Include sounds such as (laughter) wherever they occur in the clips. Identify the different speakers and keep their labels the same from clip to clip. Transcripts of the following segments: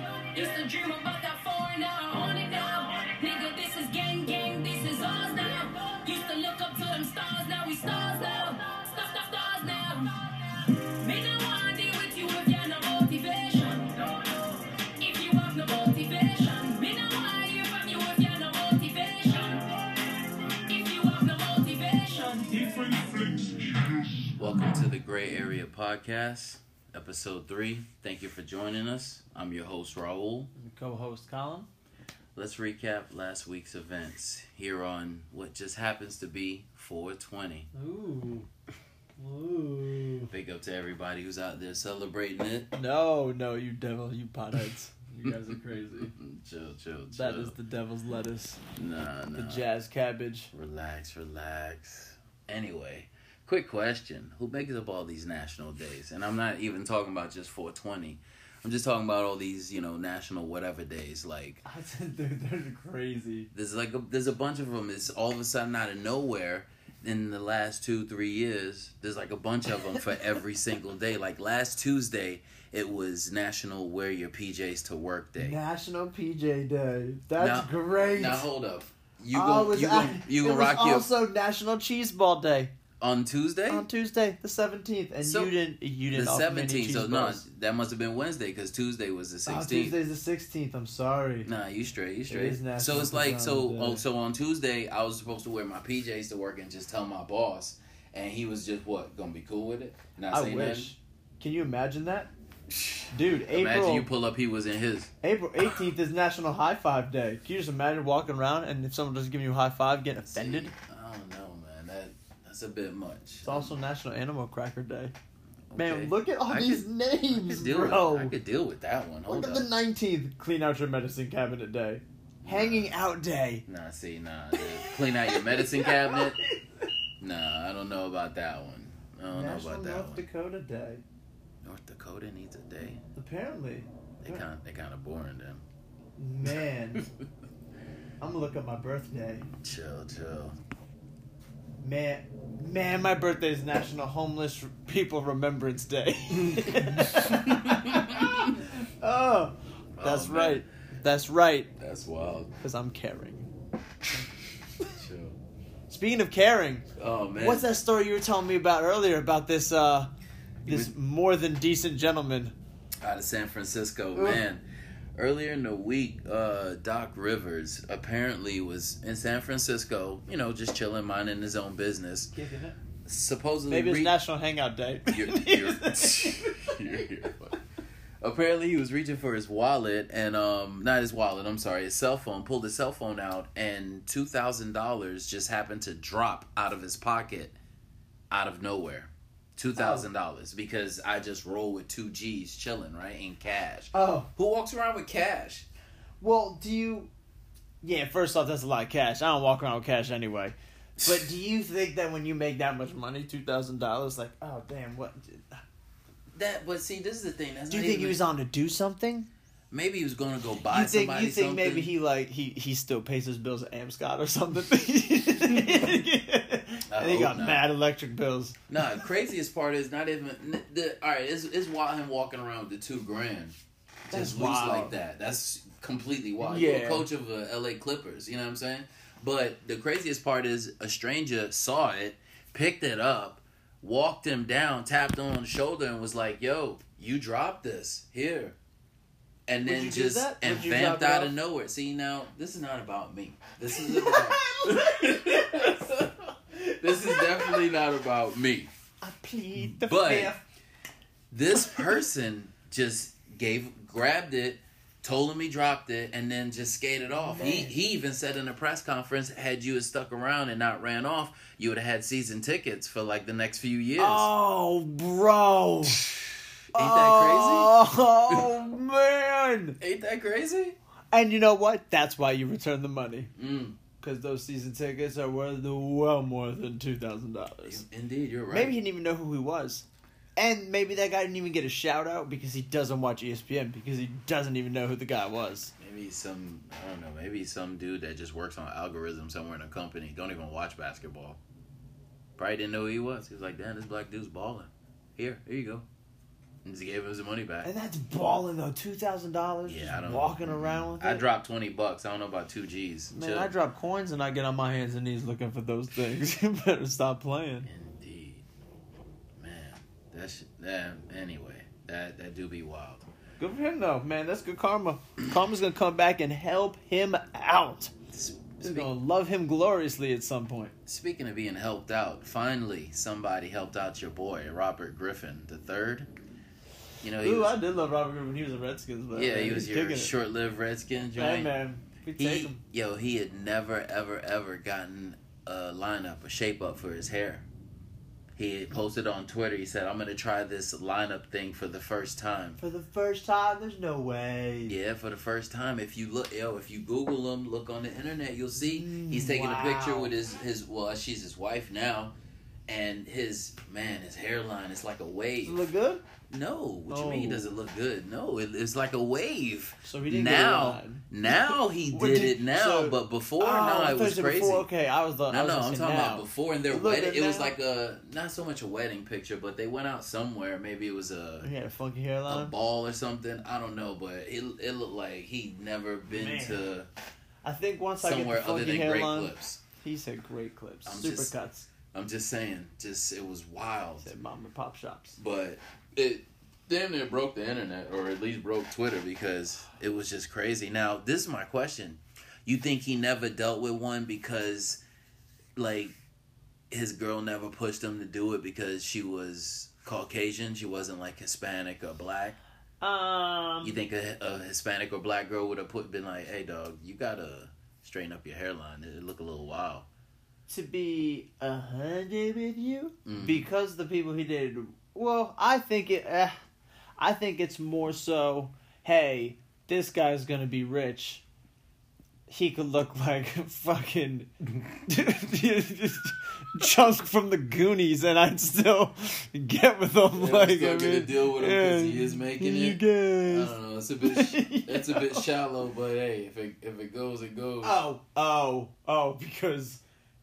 Speaker 1: a dreamer, but got four now. I own it now. Nigga, this is gang, gang, this is ours now. Used to look up to them stars, now we stars now. Stop, stop, stars now. Me no wanna deal with you if you have no motivation. If you have no motivation, me no wanna hear from you if you have no motivation. If you have no motivation.
Speaker 2: Different flicks.
Speaker 3: Welcome to the Gray Area Podcast, episode three. Thank you for joining us. I'm your host, Raul.
Speaker 4: co host Colin.
Speaker 3: Let's recap last week's events here on what just happens to be 420.
Speaker 4: Ooh. Ooh.
Speaker 3: Big up to everybody who's out there celebrating it.
Speaker 4: No, no, you devil, you (laughs) potheads. You guys are crazy.
Speaker 3: (laughs) Chill, chill, chill.
Speaker 4: that is the devil's lettuce,
Speaker 3: nah, nah.
Speaker 4: the jazz cabbage.
Speaker 3: Relax, relax. Anyway, quick question: Who makes up all these national days? And I'm not even talking about just 420. I'm just talking about all these, you know, national whatever days like
Speaker 4: (laughs) I said, dude, they're crazy.
Speaker 3: There's like a, there's a bunch of them. It's all of a sudden out of nowhere in the last two three years. There's like a bunch of them for every (laughs) single day. Like last Tuesday, it was National Wear Your PJs to Work Day.
Speaker 4: National PJ Day. That's
Speaker 3: Now-
Speaker 4: great.
Speaker 3: Now hold up, you
Speaker 4: I
Speaker 3: go
Speaker 4: was-
Speaker 3: you
Speaker 4: I-
Speaker 3: gonna, you
Speaker 4: (laughs) it
Speaker 3: gonna
Speaker 4: was
Speaker 3: rock your
Speaker 4: also National Cheese Ball Day
Speaker 3: on Tuesday
Speaker 4: on Tuesday, the seventeenth, and
Speaker 3: So-
Speaker 4: you didn't. You
Speaker 3: the
Speaker 4: didn't. offer me any
Speaker 3: seventeenth.
Speaker 4: cheese
Speaker 3: So no,
Speaker 4: balls.
Speaker 3: that must have been Wednesday because Tuesday was the
Speaker 4: Oh,
Speaker 3: sixteenth.
Speaker 4: Tuesday's the sixteenth. I'm sorry.
Speaker 3: Nah, you straight, you straight.
Speaker 4: is nasty
Speaker 3: so it's
Speaker 4: sometimes,
Speaker 3: like so
Speaker 4: yeah.
Speaker 3: oh, so on Tuesday I was supposed to wear my PJs to work and just tell my boss and he was just what, gonna be cool with it? Not
Speaker 4: I
Speaker 3: say
Speaker 4: wish. Can you imagine that, dude?
Speaker 3: nothing? (laughs) Imagine
Speaker 4: April.
Speaker 3: you pull up he was in his.
Speaker 4: April 18th is National High Five Day. Can you just imagine walking around and if someone doesn't give you a high five, getting offended?
Speaker 3: See, I don't know, man. That that's a bit much.
Speaker 4: It's also National Animal Cracker Day.
Speaker 3: Okay.
Speaker 4: Man, look at all
Speaker 3: I
Speaker 4: these
Speaker 3: could- I
Speaker 4: names,
Speaker 3: could deal
Speaker 4: bro.
Speaker 3: with I could deal with that one. Hold
Speaker 4: look at
Speaker 3: up.
Speaker 4: the 19th, Clean Out Your Medicine Cabinet Day. Hanging Out Day.
Speaker 3: Nah, see, nah. dude. Clean out your medicine
Speaker 4: (laughs)
Speaker 3: cabinet. Nah, I don't know about that one. I don't
Speaker 4: National
Speaker 3: know about that
Speaker 4: North
Speaker 3: one.
Speaker 4: Dakota Day.
Speaker 3: North Dakota needs a day.
Speaker 4: Apparently.
Speaker 3: They kind of they kind of boring them. (laughs)
Speaker 4: Man, I'm gonna look up my birthday.
Speaker 3: chill, chill.
Speaker 4: Man, man, my birthday is National Homeless People
Speaker 3: (laughs)
Speaker 4: Remembrance Day. oh, that's
Speaker 3: Oh, man.
Speaker 4: right. That's right.
Speaker 3: That's wild.
Speaker 4: Because I'm caring.
Speaker 3: Chill.
Speaker 4: Speaking of caring,
Speaker 3: (laughs) Oh man.
Speaker 4: what's that story you were telling me about earlier about this uh, this
Speaker 3: mean-
Speaker 4: more than decent gentleman?
Speaker 3: Out of San Francisco,
Speaker 4: Ugh.
Speaker 3: man. Earlier in the week, uh, Doc Rivers apparently was in San Francisco, you know, just chilling, minding his own business. Supposedly,
Speaker 4: Maybe it's
Speaker 3: re-
Speaker 4: National Hangout Day. (laughs)
Speaker 3: You're- you're- (laughs) you're- you're funny. apparently he was reaching for his wallet and um not his wallet i'm sorry his cell phone pulled his cell phone out and $2000 just happened to drop out of his pocket out of nowhere
Speaker 4: Oh.
Speaker 3: $2000 because i just roll with two g's chilling right in cash
Speaker 4: oh,
Speaker 3: who walks around with cash
Speaker 4: well, do you? Yeah, first off, that's a lot of cash. I don't walk around with cash anyway. But
Speaker 3: (laughs)
Speaker 4: do you think that when you make that much money, two thousand dollars, like, oh damn, what?
Speaker 3: that but see this is the thing that's
Speaker 4: Do you
Speaker 3: not
Speaker 4: think he
Speaker 3: even-
Speaker 4: was on to do something?
Speaker 3: maybe he was gonna go buy
Speaker 4: you think
Speaker 3: somebody
Speaker 4: you think
Speaker 3: something.
Speaker 4: maybe he like he he still pays his bills at Amscot or something? (laughs) and he
Speaker 3: hope
Speaker 4: got
Speaker 3: not.
Speaker 4: mad electric bills.
Speaker 3: Nah, the craziest part is not even n- the. All right, it's it's wild him walking around with the two grand,
Speaker 4: That's
Speaker 3: just loose
Speaker 4: wild.
Speaker 3: like that. That's completely wild. You're a
Speaker 4: Yeah.
Speaker 3: coach of the L.A. Clippers. You know what I'm saying? But the craziest part is a stranger saw it, picked it up, walked him down, tapped him on the shoulder, and was like, "Yo, you dropped this here." And
Speaker 4: Would
Speaker 3: then
Speaker 4: you do
Speaker 3: just
Speaker 4: that?
Speaker 3: and
Speaker 4: Would you
Speaker 3: vamped
Speaker 4: drop it
Speaker 3: out
Speaker 4: off?
Speaker 3: of nowhere. See now, this is not about me. This
Speaker 4: (laughs)
Speaker 3: is about, this is definitely not about me
Speaker 4: I plead the
Speaker 3: But-
Speaker 4: fifth.
Speaker 3: this person just gave grabbed it told him he dropped it and then just skated off he,
Speaker 4: Man.
Speaker 3: he even said in a press conference had you had stuck around and not ran off you would have had season tickets for like the next few years
Speaker 4: Oh, bro! Ain't
Speaker 3: (sighs) ain't that (laughs)
Speaker 4: Oh man!
Speaker 3: crazy ain't that crazy
Speaker 4: And you know what? That's why you return the money
Speaker 3: mm,
Speaker 4: because those season tickets are worth well more than two thousand
Speaker 3: you-
Speaker 4: dollars.
Speaker 3: indeed you're right
Speaker 4: Maybe he didn't even know who he was. And maybe that guy didn't even get a shout out because he doesn't watch E ESPN because he doesn't even know who the guy was.
Speaker 3: maybe some i don't know maybe some dude that just works on algorithm somewhere in a company don't even watch basketball probably didn't know who he was he was like damn this black dude's balling here here you go And Just gave him his money back.
Speaker 4: And that's balling though. Two thousand dollars.
Speaker 3: Yeah,
Speaker 4: just
Speaker 3: I don't-
Speaker 4: walking around with it.
Speaker 3: I dropped twenty bucks. I don't know about two G's.
Speaker 4: Man,
Speaker 3: Chill.
Speaker 4: I drop coins and I get on my hands and knees looking for those things. (laughs) you better stop playing.
Speaker 3: Indeed, man. That shit. That anyway. That that do be wild.
Speaker 4: Good for him though, man. That's good karma. Karma's gonna come back and help him out.
Speaker 3: S-
Speaker 4: He's
Speaker 3: speak-
Speaker 4: gonna love him gloriously at some point.
Speaker 3: speaking of being helped out, finally somebody helped out your boy Robert Griffin the third. You know he
Speaker 4: Ooh, I
Speaker 3: was,
Speaker 4: did love Robert Griffin when he was a Redskins, but
Speaker 3: yeah
Speaker 4: man,
Speaker 3: he was your
Speaker 4: kicking it.
Speaker 3: short-lived Redskin
Speaker 4: Hey
Speaker 3: joint.
Speaker 4: man, we take
Speaker 3: He
Speaker 4: him.
Speaker 3: yo he had never ever ever gotten a lineup a shape up for his hair. He had posted on Twitter. He said, "I'm gonna try this lineup thing for the first time."
Speaker 4: For the first time, there's no way.
Speaker 3: Yeah, for the first time. If you look, yo, if you Google him, look on the internet, you'll see
Speaker 4: Mm,
Speaker 3: he's taking a picture
Speaker 4: wow.
Speaker 3: with his his. Well, she's his wife now, and his man, his hairline is like a
Speaker 4: Does it
Speaker 3: wave.
Speaker 4: look good?
Speaker 3: No, what you
Speaker 4: Oh.
Speaker 3: mean? Does it look good? No, it, it's like a wave.
Speaker 4: So he didn't
Speaker 3: Now-
Speaker 4: get a line.
Speaker 3: Now he
Speaker 4: What
Speaker 3: did
Speaker 4: did-
Speaker 3: it now,
Speaker 4: so-
Speaker 3: but before
Speaker 4: Oh, I
Speaker 3: no, it
Speaker 4: thought you
Speaker 3: was
Speaker 4: said
Speaker 3: crazy.
Speaker 4: Before. Okay, I was the. I
Speaker 3: No,
Speaker 4: was
Speaker 3: no,
Speaker 4: gonna
Speaker 3: I'm
Speaker 4: say
Speaker 3: talking
Speaker 4: now.
Speaker 3: about before and their
Speaker 4: Look at
Speaker 3: wedding. It was
Speaker 4: now.
Speaker 3: like a not so much a wedding picture, but they went out somewhere. Maybe it was a
Speaker 4: He had a funky
Speaker 3: a
Speaker 4: hairline.
Speaker 3: ball or something. I don't know, but it it looked like he'd never been
Speaker 4: Man.
Speaker 3: to
Speaker 4: I think once I get the
Speaker 3: somewhere
Speaker 4: funky
Speaker 3: other than great
Speaker 4: hairline,
Speaker 3: clips.
Speaker 4: he said great clips,
Speaker 3: I'm
Speaker 4: super
Speaker 3: just-
Speaker 4: cuts.
Speaker 3: I'm just saying, just it was wild.
Speaker 4: Said mom and pop shops.
Speaker 3: But it damn near broke the internet, or at least broke Twitter because it was just crazy. Now, this is my question: You think he never dealt with one because, like, his girl never pushed him to do it because she was Caucasian, she wasn't like Hispanic or black?
Speaker 4: Um,
Speaker 3: You think a, a Hispanic or black girl would have put been like, "Hey, dog, you gotta straighten up your hairline. It look a little wild."
Speaker 4: to be a hundred with you
Speaker 3: Mm.
Speaker 4: because the people he did. Well, I think it. Eh, I think it's more so. Hey, this guy's gonna be rich. He could look (laughs) like fucking (laughs) Chunk from the Goonies, and I'd still (laughs) get with him.
Speaker 3: Yeah, I'm
Speaker 4: like
Speaker 3: still
Speaker 4: I
Speaker 3: gonna
Speaker 4: mean,
Speaker 3: deal with him 'cause he is making
Speaker 4: you
Speaker 3: it. I
Speaker 4: Guys.
Speaker 3: don't know. Uh, It's a bit. sh- It's a bit shallow, but hey, if it if it goes, it goes.
Speaker 4: Oh, oh, oh, (laughs) because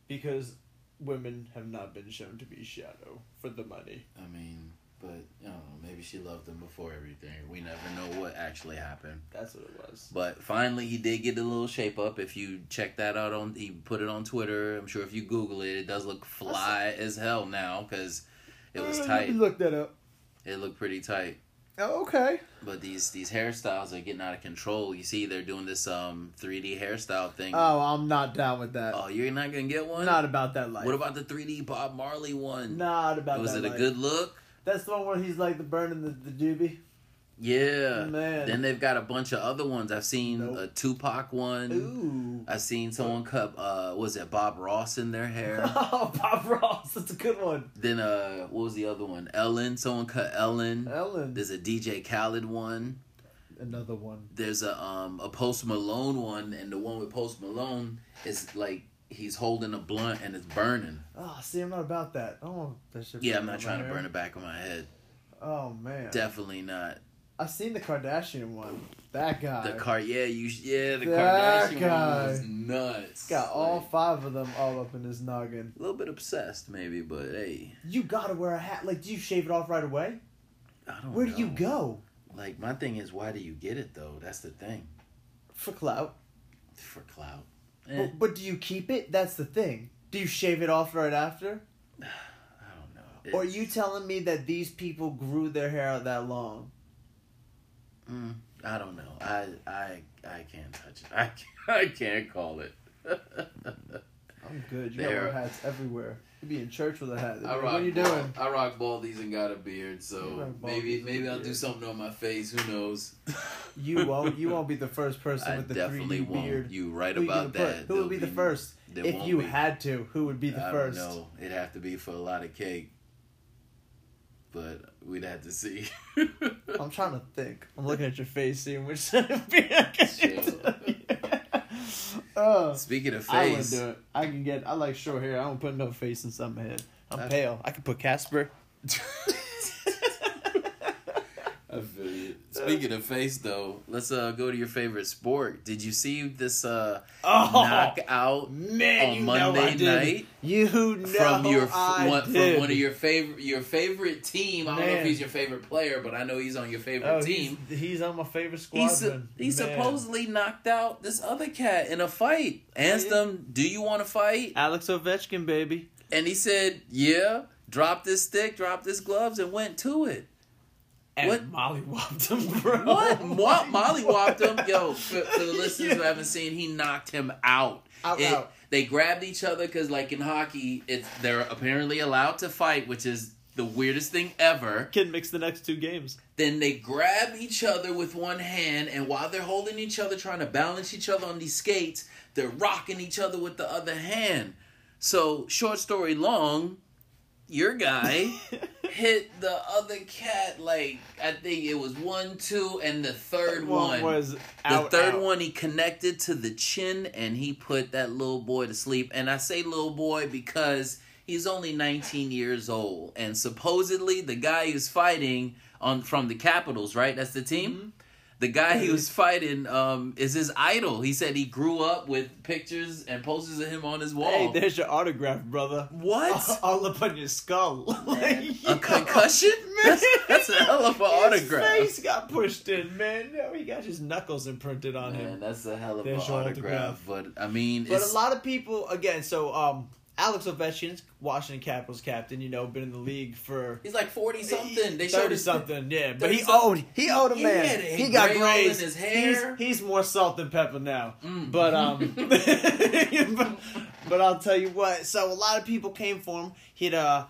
Speaker 4: because women have not been shown to be shadow for the money.
Speaker 3: I mean, but I don't know. Maybe she loved him before everything. We never know what actually happened.
Speaker 4: That's what it was.
Speaker 3: But finally, he did get a little shape up. If you check that out on, he put it on Twitter. I'm sure if you Google it, it does look fly as hell now because it was tight.
Speaker 4: Uh, Look that up.
Speaker 3: It looked pretty tight.
Speaker 4: Oh, okay.
Speaker 3: But these these hairstyles are getting out of control. You see, they're doing this um 3D hairstyle thing.
Speaker 4: Oh, I'm not down with that.
Speaker 3: oh, you're not gonna get one.
Speaker 4: not about that life.
Speaker 3: What about the 3D Bob Marley one?
Speaker 4: Not about
Speaker 3: Was
Speaker 4: that
Speaker 3: it a
Speaker 4: life.
Speaker 3: good look?
Speaker 4: That's the one where he's like the burning the, the doobie.
Speaker 3: Yeah.
Speaker 4: Man.
Speaker 3: Uh, Then they've got a bunch of other ones. I've seen
Speaker 4: Nope.
Speaker 3: a Tupac one. (laughs)
Speaker 4: Ooh.
Speaker 3: I've seen someone cut uh was it Bob Ross in their hair?
Speaker 4: (laughs) oh, Bob Ross. That's a good one.
Speaker 3: then uh what was the other one? Ellen, someone cut Ellen.
Speaker 4: Ellen.
Speaker 3: There's a DJ Khaled one.
Speaker 4: Another one.
Speaker 3: There's a um a Post Malone one and the one with Post Malone is like he's holding a blunt and it's burning.
Speaker 4: Oh, see, I'm not about that. I don't want that shit.
Speaker 3: Yeah, I'm not trying to burn the back of my head.
Speaker 4: Oh man.
Speaker 3: Definitely not.
Speaker 4: I've seen the Kardashian one. That guy.
Speaker 3: The car, yeah, you, yeah, the
Speaker 4: That
Speaker 3: Kardashian
Speaker 4: guy.
Speaker 3: one was nuts.
Speaker 4: Got all
Speaker 3: Like,
Speaker 4: five of them all up in his noggin.
Speaker 3: a little bit obsessed, maybe, but hey,
Speaker 4: You gotta wear a hat. Like, do you shave it off right away?
Speaker 3: I don't.
Speaker 4: Where do you
Speaker 3: know.
Speaker 4: go?
Speaker 3: Like my thing is, why do you get it though? That's the thing.
Speaker 4: For clout.
Speaker 3: For clout. Eh,
Speaker 4: But, but do you keep it? That's the thing. Do you shave it off right after?
Speaker 3: I don't know.
Speaker 4: Or are
Speaker 3: It-
Speaker 4: you telling me that these people grew their hair out that long?
Speaker 3: mm, I don't know. I I I can't touch it. (laughs) I can't, I can't call (laughs) it.
Speaker 4: I'm good. You
Speaker 3: They
Speaker 4: gotta
Speaker 3: are-
Speaker 4: wear hats everywhere. You'd be in church with a hat.
Speaker 3: I rock.
Speaker 4: what are you
Speaker 3: bald-
Speaker 4: doing?
Speaker 3: I rock baldies and got a beard,
Speaker 4: You
Speaker 3: so
Speaker 4: rock
Speaker 3: maybe
Speaker 4: baldies and
Speaker 3: maybe
Speaker 4: a
Speaker 3: I'll do
Speaker 4: beard.
Speaker 3: something on my face. Who knows?
Speaker 4: (laughs) You won't. You won't be the first
Speaker 3: (laughs)
Speaker 4: person
Speaker 3: I
Speaker 4: with the
Speaker 3: definitely
Speaker 4: 3D
Speaker 3: won't.
Speaker 4: beard.
Speaker 3: You right
Speaker 4: Who you
Speaker 3: about
Speaker 4: gonna put?
Speaker 3: that.
Speaker 4: Who
Speaker 3: There'll
Speaker 4: would be the first?
Speaker 3: there
Speaker 4: If
Speaker 3: won't
Speaker 4: you
Speaker 3: be.
Speaker 4: had to, who would be the
Speaker 3: I
Speaker 4: first?
Speaker 3: don't know. It'd have to be for a lot of cake. But we'd have to
Speaker 4: (laughs)
Speaker 3: see.
Speaker 4: I'm trying to think. I'm looking at your face, seeing which (laughs) side of beard I can (laughs) Oh,
Speaker 3: Speaking of
Speaker 4: I wouldn't
Speaker 3: face,
Speaker 4: do it. I can get. I like short hair. I don't put no face inside my head. I'm
Speaker 3: I- (laughs)
Speaker 4: pale. I can put Casper.
Speaker 3: I feel you. Speaking of face, though, let's uh, go to your favorite sport. Did you see this uh,
Speaker 4: Oh,
Speaker 3: knockout
Speaker 4: man,
Speaker 3: on
Speaker 4: you know I
Speaker 3: Monday
Speaker 4: did.
Speaker 3: night
Speaker 4: You know
Speaker 3: from your
Speaker 4: I
Speaker 3: one,
Speaker 4: did.
Speaker 3: from one of your favorite your favorite team? I don't know if
Speaker 4: Man.
Speaker 3: he's your favorite player, but I know he's on your favorite
Speaker 4: oh,
Speaker 3: team.
Speaker 4: He's, he's on my favorite
Speaker 3: He,
Speaker 4: squad.
Speaker 3: su- he supposedly knocked out this other cat in a fight. Asked him, "Do you want to fight?"
Speaker 4: Alex Ovechkin, baby.
Speaker 3: And he said, "Yeah." Dropped his stick, dropped his gloves, and went to it.
Speaker 4: And
Speaker 3: What?
Speaker 4: Molly him, bro.
Speaker 3: What? (laughs) Mo-
Speaker 4: Like,
Speaker 3: Molly
Speaker 4: what?
Speaker 3: whopped him. Yo, for, for the
Speaker 4: (laughs)
Speaker 3: listeners who haven't seen, he knocked him out.
Speaker 4: Out,
Speaker 3: It-
Speaker 4: out.
Speaker 3: They grabbed each other because, like in hockey, it's they're apparently allowed to fight, which is the weirdest thing ever.
Speaker 4: Can mix the next two games.
Speaker 3: Then they grab each other with one hand, and while they're holding each other, trying to balance each other on these skates, they're rocking each other with the other hand. So, short story long, your
Speaker 4: (laughs)
Speaker 3: guy (laughs) hit the other cat like I think it was one, two, and the third one.
Speaker 4: was
Speaker 3: the
Speaker 4: out,
Speaker 3: third
Speaker 4: out.
Speaker 3: one he connected to the chin and he put that little boy to sleep. And I say little boy because he's only 19 years old. And supposedly the guy who's fighting on from the Capitals, right? That's the team.
Speaker 4: Mm-hmm.
Speaker 3: The guy he was fighting um, is his idol. He said he grew up with pictures and posters of him on his
Speaker 4: Hey,
Speaker 3: wall.
Speaker 4: there's your autograph, brother.
Speaker 3: what?
Speaker 4: (laughs) All up on your skull. (laughs) like,
Speaker 3: a
Speaker 4: yo.
Speaker 3: concussion?
Speaker 4: (laughs)
Speaker 3: That's, that's a hell of an autograph.
Speaker 4: His face got pushed in, man. No, he got his knuckles imprinted on
Speaker 3: Man,
Speaker 4: him.
Speaker 3: that's a hell of an
Speaker 4: There's your
Speaker 3: autograph. But I mean,
Speaker 4: But
Speaker 3: it's,
Speaker 4: a lot of people, again, so um, Alex Ovechkin's Washington Capitals captain. You know, been in the league for
Speaker 3: he's like forty something. They showed
Speaker 4: thirty
Speaker 3: his
Speaker 4: something. Yeah, but
Speaker 3: 30
Speaker 4: he
Speaker 3: something.
Speaker 4: owed he owed a
Speaker 3: He
Speaker 4: man.
Speaker 3: had a
Speaker 4: He, got
Speaker 3: gray hole in
Speaker 4: grazed.
Speaker 3: his hair.
Speaker 4: He's, he's more salt than pepper now.
Speaker 3: Mm.
Speaker 4: But um,
Speaker 3: (laughs)
Speaker 4: but, (laughs) but I'll tell you what. So a lot of people came for him. He had a.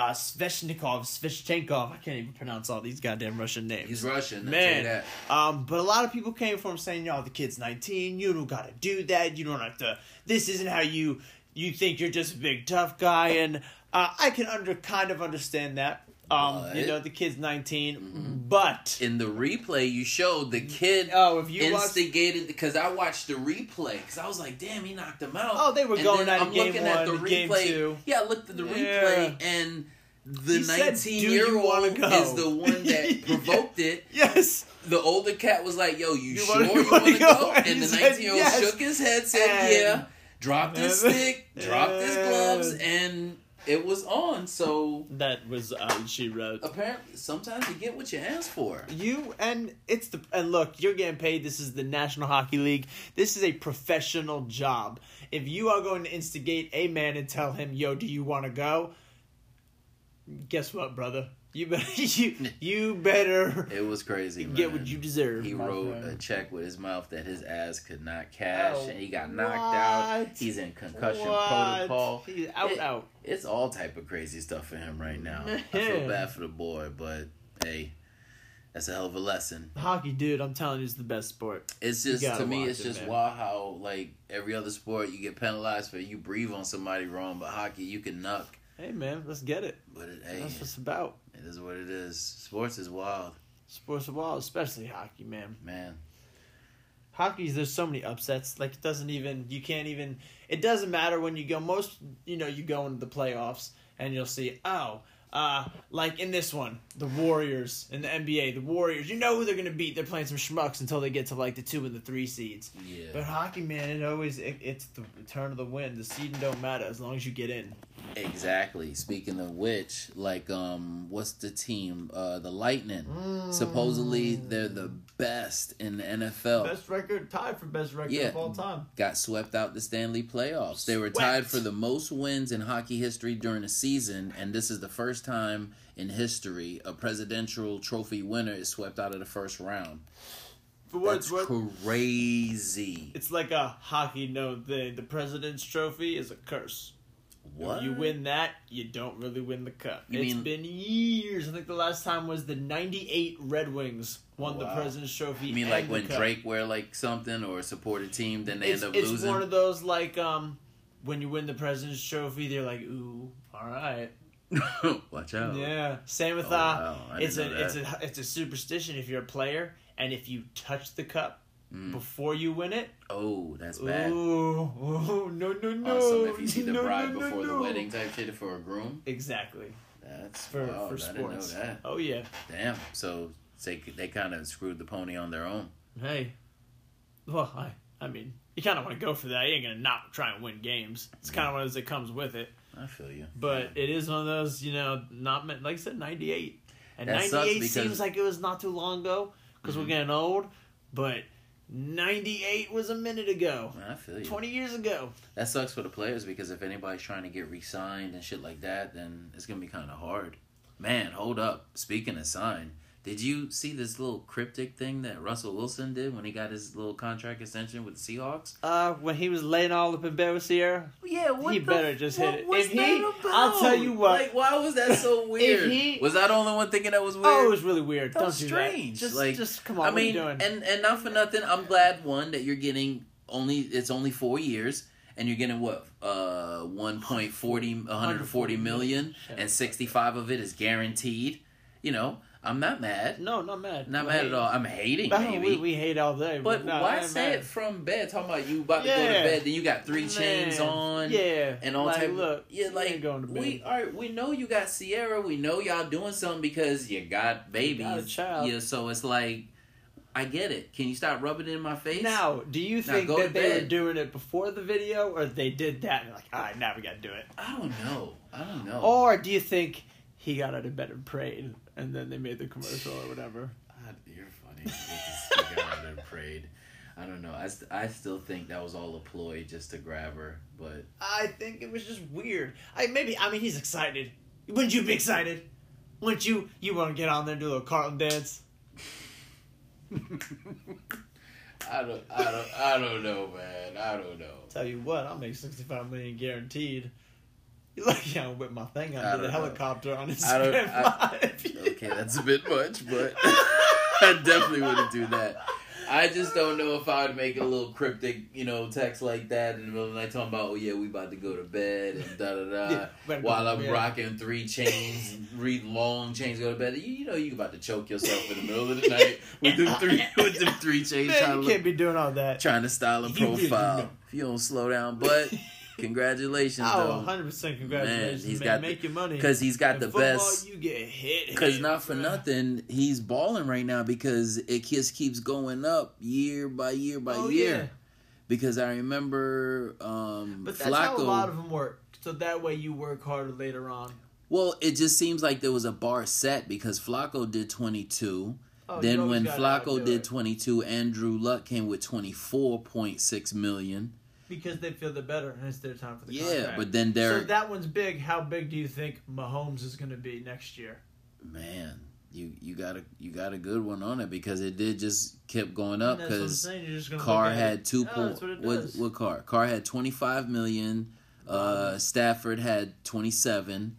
Speaker 4: Uh, Sveshnikov, Sveshchenkov. I can't even pronounce all these goddamn Russian names.
Speaker 3: He's Russian. I'll tell you
Speaker 4: Man,
Speaker 3: that.
Speaker 4: um, but a lot of people came from saying, "Y'all, the kid's nineteen. You don't gotta do that. You don't have to. This isn't how you you think you're just a big tough guy." And uh, I can under kind of understand that. Um, you
Speaker 3: But-
Speaker 4: know, the kid's 19 but
Speaker 3: In the replay, you showed the kid
Speaker 4: oh, if you watch,
Speaker 3: instigated because I watched the replay because I was like, damn, he knocked him out.
Speaker 4: Oh, they were
Speaker 3: And
Speaker 4: going
Speaker 3: then
Speaker 4: at it game one, game
Speaker 3: replay.
Speaker 4: two.
Speaker 3: Yeah, I looked at the
Speaker 4: Yeah.
Speaker 3: replay and the
Speaker 4: He said, "Do
Speaker 3: nineteen
Speaker 4: you
Speaker 3: year old
Speaker 4: wanna go?"
Speaker 3: is the one
Speaker 4: (laughs)
Speaker 3: that provoked it.
Speaker 4: yes,
Speaker 3: The older cat was like, "Yo, you,
Speaker 4: You
Speaker 3: sure
Speaker 4: wanna-
Speaker 3: you
Speaker 4: you
Speaker 3: want
Speaker 4: (laughs)
Speaker 3: to
Speaker 4: wanna
Speaker 3: go?"
Speaker 4: go?
Speaker 3: And,
Speaker 4: He
Speaker 3: the
Speaker 4: said
Speaker 3: nineteen year old
Speaker 4: yes.
Speaker 3: shook his head, said,
Speaker 4: And-
Speaker 3: "Yeah." Dropped his
Speaker 4: And-
Speaker 3: stick, dropped his gloves,
Speaker 4: and-
Speaker 3: and it was on. So
Speaker 4: that was uh, she wrote.
Speaker 3: apparently, sometimes you get what you ask for.
Speaker 4: You and it's the and look, you're getting paid. This is the National Hockey League. This is a professional job. If you are going to instigate a man and tell him, "Yo, do you want to go?" Guess what, brother? You better (laughs) you you better
Speaker 3: It was crazy.
Speaker 4: get
Speaker 3: man.
Speaker 4: what you deserve.
Speaker 3: He
Speaker 4: my
Speaker 3: wrote
Speaker 4: friend.
Speaker 3: a check with his mouth that his ass could not cash,
Speaker 4: Oh,
Speaker 3: and he got knocked out.
Speaker 4: what?
Speaker 3: He's in concussion
Speaker 4: What?
Speaker 3: protocol.
Speaker 4: He's out,
Speaker 3: It-
Speaker 4: out.
Speaker 3: It's all type of crazy stuff for him right now. I feel
Speaker 4: Man.
Speaker 3: bad for the boy, but hey, that's a hell of a lesson.
Speaker 4: Hockey, dude, I'm telling you, is the best sport.
Speaker 3: It's just
Speaker 4: gotta
Speaker 3: to me,
Speaker 4: watch
Speaker 3: it's
Speaker 4: it,
Speaker 3: just
Speaker 4: man.
Speaker 3: wow how like every other sport you get penalized for you breathe on somebody wrong, but hockey you can knock.
Speaker 4: Hey, man, let's get it.
Speaker 3: But it, hey,
Speaker 4: That's what it's about.
Speaker 3: it is what it is. Sports is wild,
Speaker 4: Sports of all, especially hockey, man.
Speaker 3: man.
Speaker 4: hockey's there's so many upsets like it doesn't even you can't even it doesn't matter when you go most you know you go into the playoffs and you'll see oh uh like in this one the warriors in the nba the warriors you know who they're gonna beat they're playing some schmucks until they get to like the two and the three seeds
Speaker 3: Yeah.
Speaker 4: but hockey man it always it, it's the turn of the wind the seeding don't matter as long as you get in
Speaker 3: Exactly. Speaking of which, like, um, what's the team? Uh, the Lightning. Supposedly,
Speaker 4: Mm.
Speaker 3: they're the best in the NFL.
Speaker 4: record tied for best record
Speaker 3: Yeah. of all
Speaker 4: time
Speaker 3: Got swept out the Stanley playoffs. They were
Speaker 4: Swept.
Speaker 3: tied for the most wins in hockey history during a season, and this is the first time in history a presidential trophy winner is swept out of the first round.
Speaker 4: for what
Speaker 3: That's
Speaker 4: it's worth
Speaker 3: crazy.
Speaker 4: it's like a hockey no thing the president's trophy is a curse
Speaker 3: What?
Speaker 4: If you win that, you don't really win the cup. It's
Speaker 3: You mean-
Speaker 4: been years. I think the last time was the '98 Red Wings won
Speaker 3: Wow.
Speaker 4: the President's Trophy.
Speaker 3: You mean like
Speaker 4: and the
Speaker 3: when
Speaker 4: cup.
Speaker 3: Drake wear like something or support a team, then they
Speaker 4: It's,
Speaker 3: end up
Speaker 4: it's
Speaker 3: losing?
Speaker 4: one of those like um, when you win the President's Trophy, they're like, ooh, all right,
Speaker 3: (laughs) Watch out.
Speaker 4: yeah. Same with
Speaker 3: Oh,
Speaker 4: uh,
Speaker 3: wow. I didn't
Speaker 4: it's
Speaker 3: know
Speaker 4: a
Speaker 3: that.
Speaker 4: it's a it's a superstition if you're a player and if you touch the cup
Speaker 3: Mm.
Speaker 4: before you win it,
Speaker 3: Oh, that's
Speaker 4: ooh,
Speaker 3: bad.
Speaker 4: ooh, no, no, no.
Speaker 3: Also, if you see the
Speaker 4: no,
Speaker 3: bride
Speaker 4: no, no,
Speaker 3: before the
Speaker 4: no.
Speaker 3: wedding type shit for a groom,
Speaker 4: Exactly
Speaker 3: that's
Speaker 4: for
Speaker 3: wow,
Speaker 4: for
Speaker 3: I didn't know
Speaker 4: sports.
Speaker 3: that.
Speaker 4: Oh yeah.
Speaker 3: Damn. So They they kind of screwed the pony on their own.
Speaker 4: Hey, well, I, I mean, you kind of want to go for that. You ain't gonna not try and win games. It's kind of one of those that comes with it.
Speaker 3: I feel you.
Speaker 4: But it is one of those, you know, not meant, like I said, 98. And
Speaker 3: That sucks
Speaker 4: 98
Speaker 3: because- Mm-hmm.
Speaker 4: seems like it was not too long ago because we're getting old, but 98 was a minute ago,
Speaker 3: I feel you.
Speaker 4: 20 years ago.
Speaker 3: That sucks for the players because if anybody's trying to get re-signed and shit like that, then it's gonna be kind of hard. Man, hold up. Speaking of sign, did you see this little cryptic thing that Russell Wilson did when he got his little contract extension with the Seahawks?
Speaker 4: Uh, when he was laying all up in bed with Sierra,
Speaker 3: Yeah, what
Speaker 4: He
Speaker 3: the
Speaker 4: better
Speaker 3: f-
Speaker 4: just
Speaker 3: what
Speaker 4: hit it.
Speaker 3: was
Speaker 4: If he-
Speaker 3: that about?
Speaker 4: I'll tell you what.
Speaker 3: Like, why was that so weird?
Speaker 4: he-
Speaker 3: was I the only one thinking that was weird?
Speaker 4: oh, it was really weird.
Speaker 3: That
Speaker 4: Don't
Speaker 3: was
Speaker 4: do
Speaker 3: strange.
Speaker 4: that. Just,
Speaker 3: like,
Speaker 4: just come on.
Speaker 3: I
Speaker 4: what are you
Speaker 3: mean,
Speaker 4: doing?
Speaker 3: and and not for nothing, I'm glad one that you're getting only it's only four years, and you're getting what uh 1.40 140 million, and 65 of it is guaranteed. You know, I'm not mad,
Speaker 4: no, not mad.
Speaker 3: not
Speaker 4: We
Speaker 3: mad
Speaker 4: hate-
Speaker 3: at all. I'm hating,
Speaker 4: No,
Speaker 3: maybe.
Speaker 4: we, we hate all day.
Speaker 3: but
Speaker 4: no,
Speaker 3: why
Speaker 4: not
Speaker 3: say
Speaker 4: mad.
Speaker 3: it from bed? Talking about you about to go to
Speaker 4: Yeah.
Speaker 3: bed, then you got three chains
Speaker 4: Man,
Speaker 3: on,
Speaker 4: Yeah,
Speaker 3: and all
Speaker 4: like,
Speaker 3: type.
Speaker 4: Look,
Speaker 3: yeah,
Speaker 4: we
Speaker 3: like
Speaker 4: ain't going to bed.
Speaker 3: we are. We know you got Sierra. We know y'all doing something because you got babies.
Speaker 4: got a child.
Speaker 3: Yeah, so it's like, I get it. Can you stop rubbing it in my face?
Speaker 4: Now, do you
Speaker 3: Now
Speaker 4: think
Speaker 3: go to
Speaker 4: that they were
Speaker 3: bed.
Speaker 4: doing it before the video, or they did that and like, all right, now we gotta do it?
Speaker 3: I don't know. I don't know.
Speaker 4: Or do you think he got out of bed and prayed, and then they made the commercial or whatever?
Speaker 3: God, you're funny. You just got out and prayed. I don't know. I, st- I still think that was all a ploy just to grab her,
Speaker 4: (laughs)
Speaker 3: but
Speaker 4: I think it was just weird. I maybe I mean he's excited. Wouldn't you be excited? Wouldn't you? You want to get on there and do a little Carlton dance?
Speaker 3: I don't I don't I don't know, man. I don't know.
Speaker 4: Tell you what, I'll make sixty-five million guaranteed. You're lucky I don't whip my thing
Speaker 3: I
Speaker 4: out of the
Speaker 3: don't know.
Speaker 4: helicopter
Speaker 3: I
Speaker 4: on
Speaker 3: don't-
Speaker 4: Instagram (laughs)
Speaker 3: I-
Speaker 4: Live.
Speaker 3: (laughs) Okay, that's a bit much,
Speaker 4: (laughs)
Speaker 3: but I definitely wouldn't do that. I just don't know if I would make a little cryptic, you know, text like that in the middle of the night talking about, oh yeah, we about to go to bed and da da da.
Speaker 4: Yeah, but-
Speaker 3: Uh, While I'm
Speaker 4: yeah.
Speaker 3: rocking three chains,
Speaker 4: (laughs)
Speaker 3: three long chains, go to bed. You, you know, you about to choke yourself in the middle of the night with them
Speaker 4: (laughs)
Speaker 3: three with them three chains
Speaker 4: Man,
Speaker 3: trying
Speaker 4: you
Speaker 3: to,
Speaker 4: can't
Speaker 3: look,
Speaker 4: be doing all that.
Speaker 3: trying to style a
Speaker 4: You really
Speaker 3: profile.
Speaker 4: know.
Speaker 3: If you don't slow down,
Speaker 4: (laughs)
Speaker 3: but congratulations
Speaker 4: Oh,
Speaker 3: though,
Speaker 4: 100% congratulations.
Speaker 3: Man, he's
Speaker 4: man.
Speaker 3: got
Speaker 4: Make your money.
Speaker 3: because he's got
Speaker 4: In
Speaker 3: the
Speaker 4: football,
Speaker 3: best.
Speaker 4: you get hit.
Speaker 3: Because
Speaker 4: hit,
Speaker 3: not for
Speaker 4: bruh.
Speaker 3: nothing, he's balling right now because it just keeps going up year by year by
Speaker 4: Oh,
Speaker 3: year.
Speaker 4: yeah.
Speaker 3: Because I remember um,
Speaker 4: But that's how a
Speaker 3: Flacco.
Speaker 4: lot of them work. So that way you work harder later on.
Speaker 3: well, it just seems like there was a bar set because Flacco did 22.
Speaker 4: Oh, you
Speaker 3: then
Speaker 4: always
Speaker 3: when
Speaker 4: gotta outdo
Speaker 3: Flacco did
Speaker 4: it
Speaker 3: 22, Andrew Luck came with 24.6 million.
Speaker 4: Because they feel the better and it's their time for the
Speaker 3: yeah,
Speaker 4: contract.
Speaker 3: but then
Speaker 4: So
Speaker 3: there,
Speaker 4: that one's big. How big do you think Mahomes is going to be next year?
Speaker 3: man, you you got a you got a good one on it because it did just kept going up
Speaker 4: That's what I'm
Speaker 3: because
Speaker 4: saying. You're just gonna
Speaker 3: Carr
Speaker 4: look at
Speaker 3: had
Speaker 4: it.
Speaker 3: two
Speaker 4: Oh,
Speaker 3: point.
Speaker 4: that's what it
Speaker 3: what,
Speaker 4: does.
Speaker 3: what Carr? Carr had twenty five million. Uh, Stafford had twenty seven.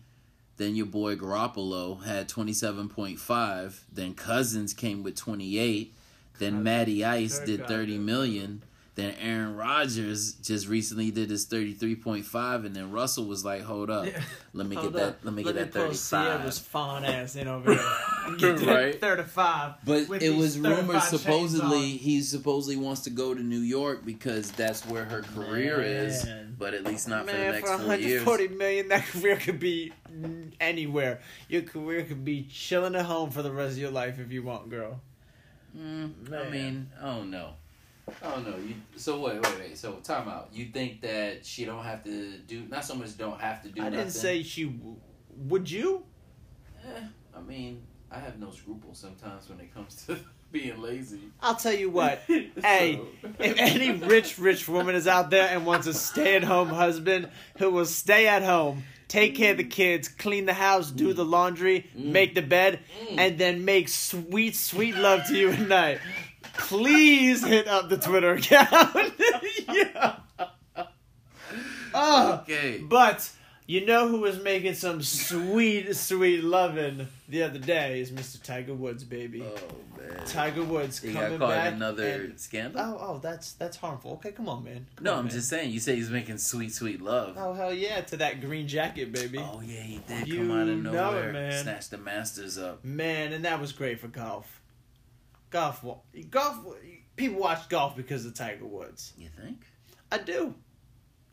Speaker 3: Then your boy Garoppolo had twenty seven point five. Then Cousins came with twenty eight. Then
Speaker 4: Cousins.
Speaker 3: Matty Ice
Speaker 4: Third
Speaker 3: did
Speaker 4: guy.
Speaker 3: thirty million. Then Aaron Rodgers just recently did his thirty three point five, and then Russell was like, "Hold up,
Speaker 4: Yeah.
Speaker 3: let me
Speaker 4: Hold
Speaker 3: get
Speaker 4: up.
Speaker 3: that. Let me get that thirty
Speaker 4: Sierra's
Speaker 3: five.
Speaker 4: fawn ass in over
Speaker 3: (laughs)
Speaker 4: here. Get that
Speaker 3: Right.
Speaker 4: 35.
Speaker 3: But
Speaker 4: with
Speaker 3: it
Speaker 4: these
Speaker 3: was
Speaker 4: 35
Speaker 3: rumored
Speaker 4: chains
Speaker 3: supposedly
Speaker 4: on.
Speaker 3: he supposedly wants to go to New York because that's where her career is.
Speaker 4: Man.
Speaker 3: But at least not
Speaker 4: Man,
Speaker 3: for the next four years.
Speaker 4: million, that career could be n- anywhere. Your career could be chilling at home for the rest of your life if you want, girl.
Speaker 3: Mm, I
Speaker 4: Man.
Speaker 3: mean, oh no, oh no. You, so wait, wait, wait. So time out. You think that she don't have to do? Not so much don't have to do.
Speaker 4: I didn't
Speaker 3: nothing.
Speaker 4: say she. w- Would you?
Speaker 3: Eh, I mean, I have no scruples sometimes when it comes to (laughs) being lazy.
Speaker 4: I'll tell
Speaker 3: (laughs)
Speaker 4: you what. hey,
Speaker 3: So-
Speaker 4: if any rich, rich woman is out there and wants a stay-at-home husband who will stay at home, take care of the kids, clean the house, do the laundry,
Speaker 3: Mm.
Speaker 4: make the bed, and then make sweet, sweet love to you at night, please hit up the Twitter account. (laughs) yeah. Oh,
Speaker 3: okay.
Speaker 4: (laughs) but you know who was making some sweet, sweet loving the other day is Mr. Tiger Woods, baby.
Speaker 3: Oh man.
Speaker 4: Tiger Woods
Speaker 3: He
Speaker 4: coming
Speaker 3: got caught
Speaker 4: back.
Speaker 3: in another
Speaker 4: and-
Speaker 3: scandal.
Speaker 4: Oh, oh, that's that's harmful. Okay, come on, man. Come
Speaker 3: no,
Speaker 4: on,
Speaker 3: I'm
Speaker 4: man.
Speaker 3: just saying. You say he's making sweet, sweet love.
Speaker 4: Oh hell yeah, to that green jacket, baby.
Speaker 3: Oh yeah, he did
Speaker 4: You
Speaker 3: come out of
Speaker 4: know it,
Speaker 3: nowhere,
Speaker 4: man.
Speaker 3: snatch the Masters up.
Speaker 4: Man, and that was great for golf. Golf, wa- golf. People watch golf because of Tiger Woods.
Speaker 3: You think?
Speaker 4: I do.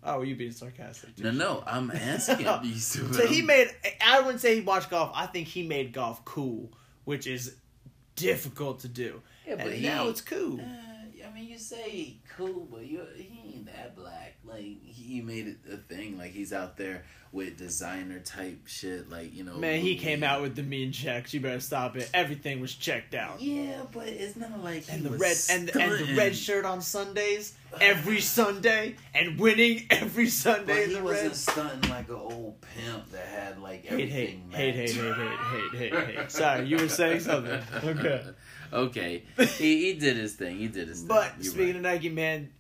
Speaker 4: Oh, you being sarcastic?
Speaker 3: No, no, I'm
Speaker 4: (laughs)
Speaker 3: asking. you stupid.
Speaker 4: So he made. I wouldn't say he watched golf. I think he made golf cool, which is difficult to do.
Speaker 3: Yeah,
Speaker 4: and
Speaker 3: he-
Speaker 4: now it's cool.
Speaker 3: Uh, I mean, you say cool, but you he ain't that black. Like he made it a thing. Like he's out there with designer type shit. Like you know,
Speaker 4: Man, he
Speaker 3: Louis.
Speaker 4: came out with the mean checks. You better stop it. Everything was checked out.
Speaker 3: Yeah, but it's not like he
Speaker 4: And the
Speaker 3: was
Speaker 4: red and and the
Speaker 3: stunting.
Speaker 4: red shirt on Sundays every Sunday and winning every Sunday.
Speaker 3: But
Speaker 4: in
Speaker 3: he
Speaker 4: the
Speaker 3: wasn't
Speaker 4: red.
Speaker 3: stunting like an old pimp that had like
Speaker 4: Hate, hate,
Speaker 3: everything.
Speaker 4: hate, hate,
Speaker 3: matched.
Speaker 4: hate, hate, hate, hate,
Speaker 3: (laughs)
Speaker 4: hate. Sorry, you were saying something. Okay.
Speaker 3: okay. He, he did his thing. He did his thing.
Speaker 4: But
Speaker 3: You're
Speaker 4: speaking
Speaker 3: right.
Speaker 4: of Nike, man,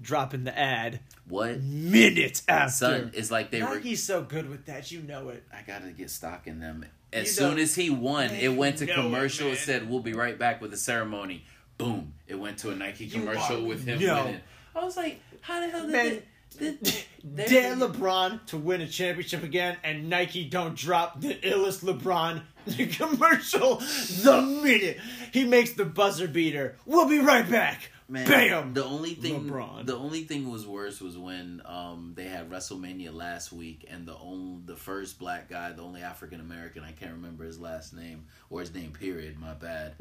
Speaker 4: dropping the ad
Speaker 3: what,
Speaker 4: minutes after.
Speaker 3: son, it's like they were.
Speaker 4: Nike's so good with that, you know it.
Speaker 3: I gotta get stock in them. As
Speaker 4: You
Speaker 3: soon
Speaker 4: don't-
Speaker 3: as he won, it went to
Speaker 4: You know it,
Speaker 3: commercial. It,
Speaker 4: man.
Speaker 3: said, "We'll be right back with the ceremony." Boom! It went to a Nike
Speaker 4: You
Speaker 3: commercial
Speaker 4: are-
Speaker 3: with him
Speaker 4: yo.
Speaker 3: winning. I was like, "How the hell did
Speaker 4: Man,
Speaker 3: it?"
Speaker 4: (laughs)
Speaker 3: Did, there-
Speaker 4: Dare LeBron to win a championship again, and Nike don't drop the illest LeBron (laughs) commercial the minute he makes the buzzer beater. We'll be right back.
Speaker 3: Man,
Speaker 4: Bam.
Speaker 3: The only thing,
Speaker 4: LeBron.
Speaker 3: the only thing was worse was when um they had WrestleMania last week, and the only the first black guy, the only African American, I can't remember his last name or his name. Period. My
Speaker 4: (laughs)
Speaker 3: bad.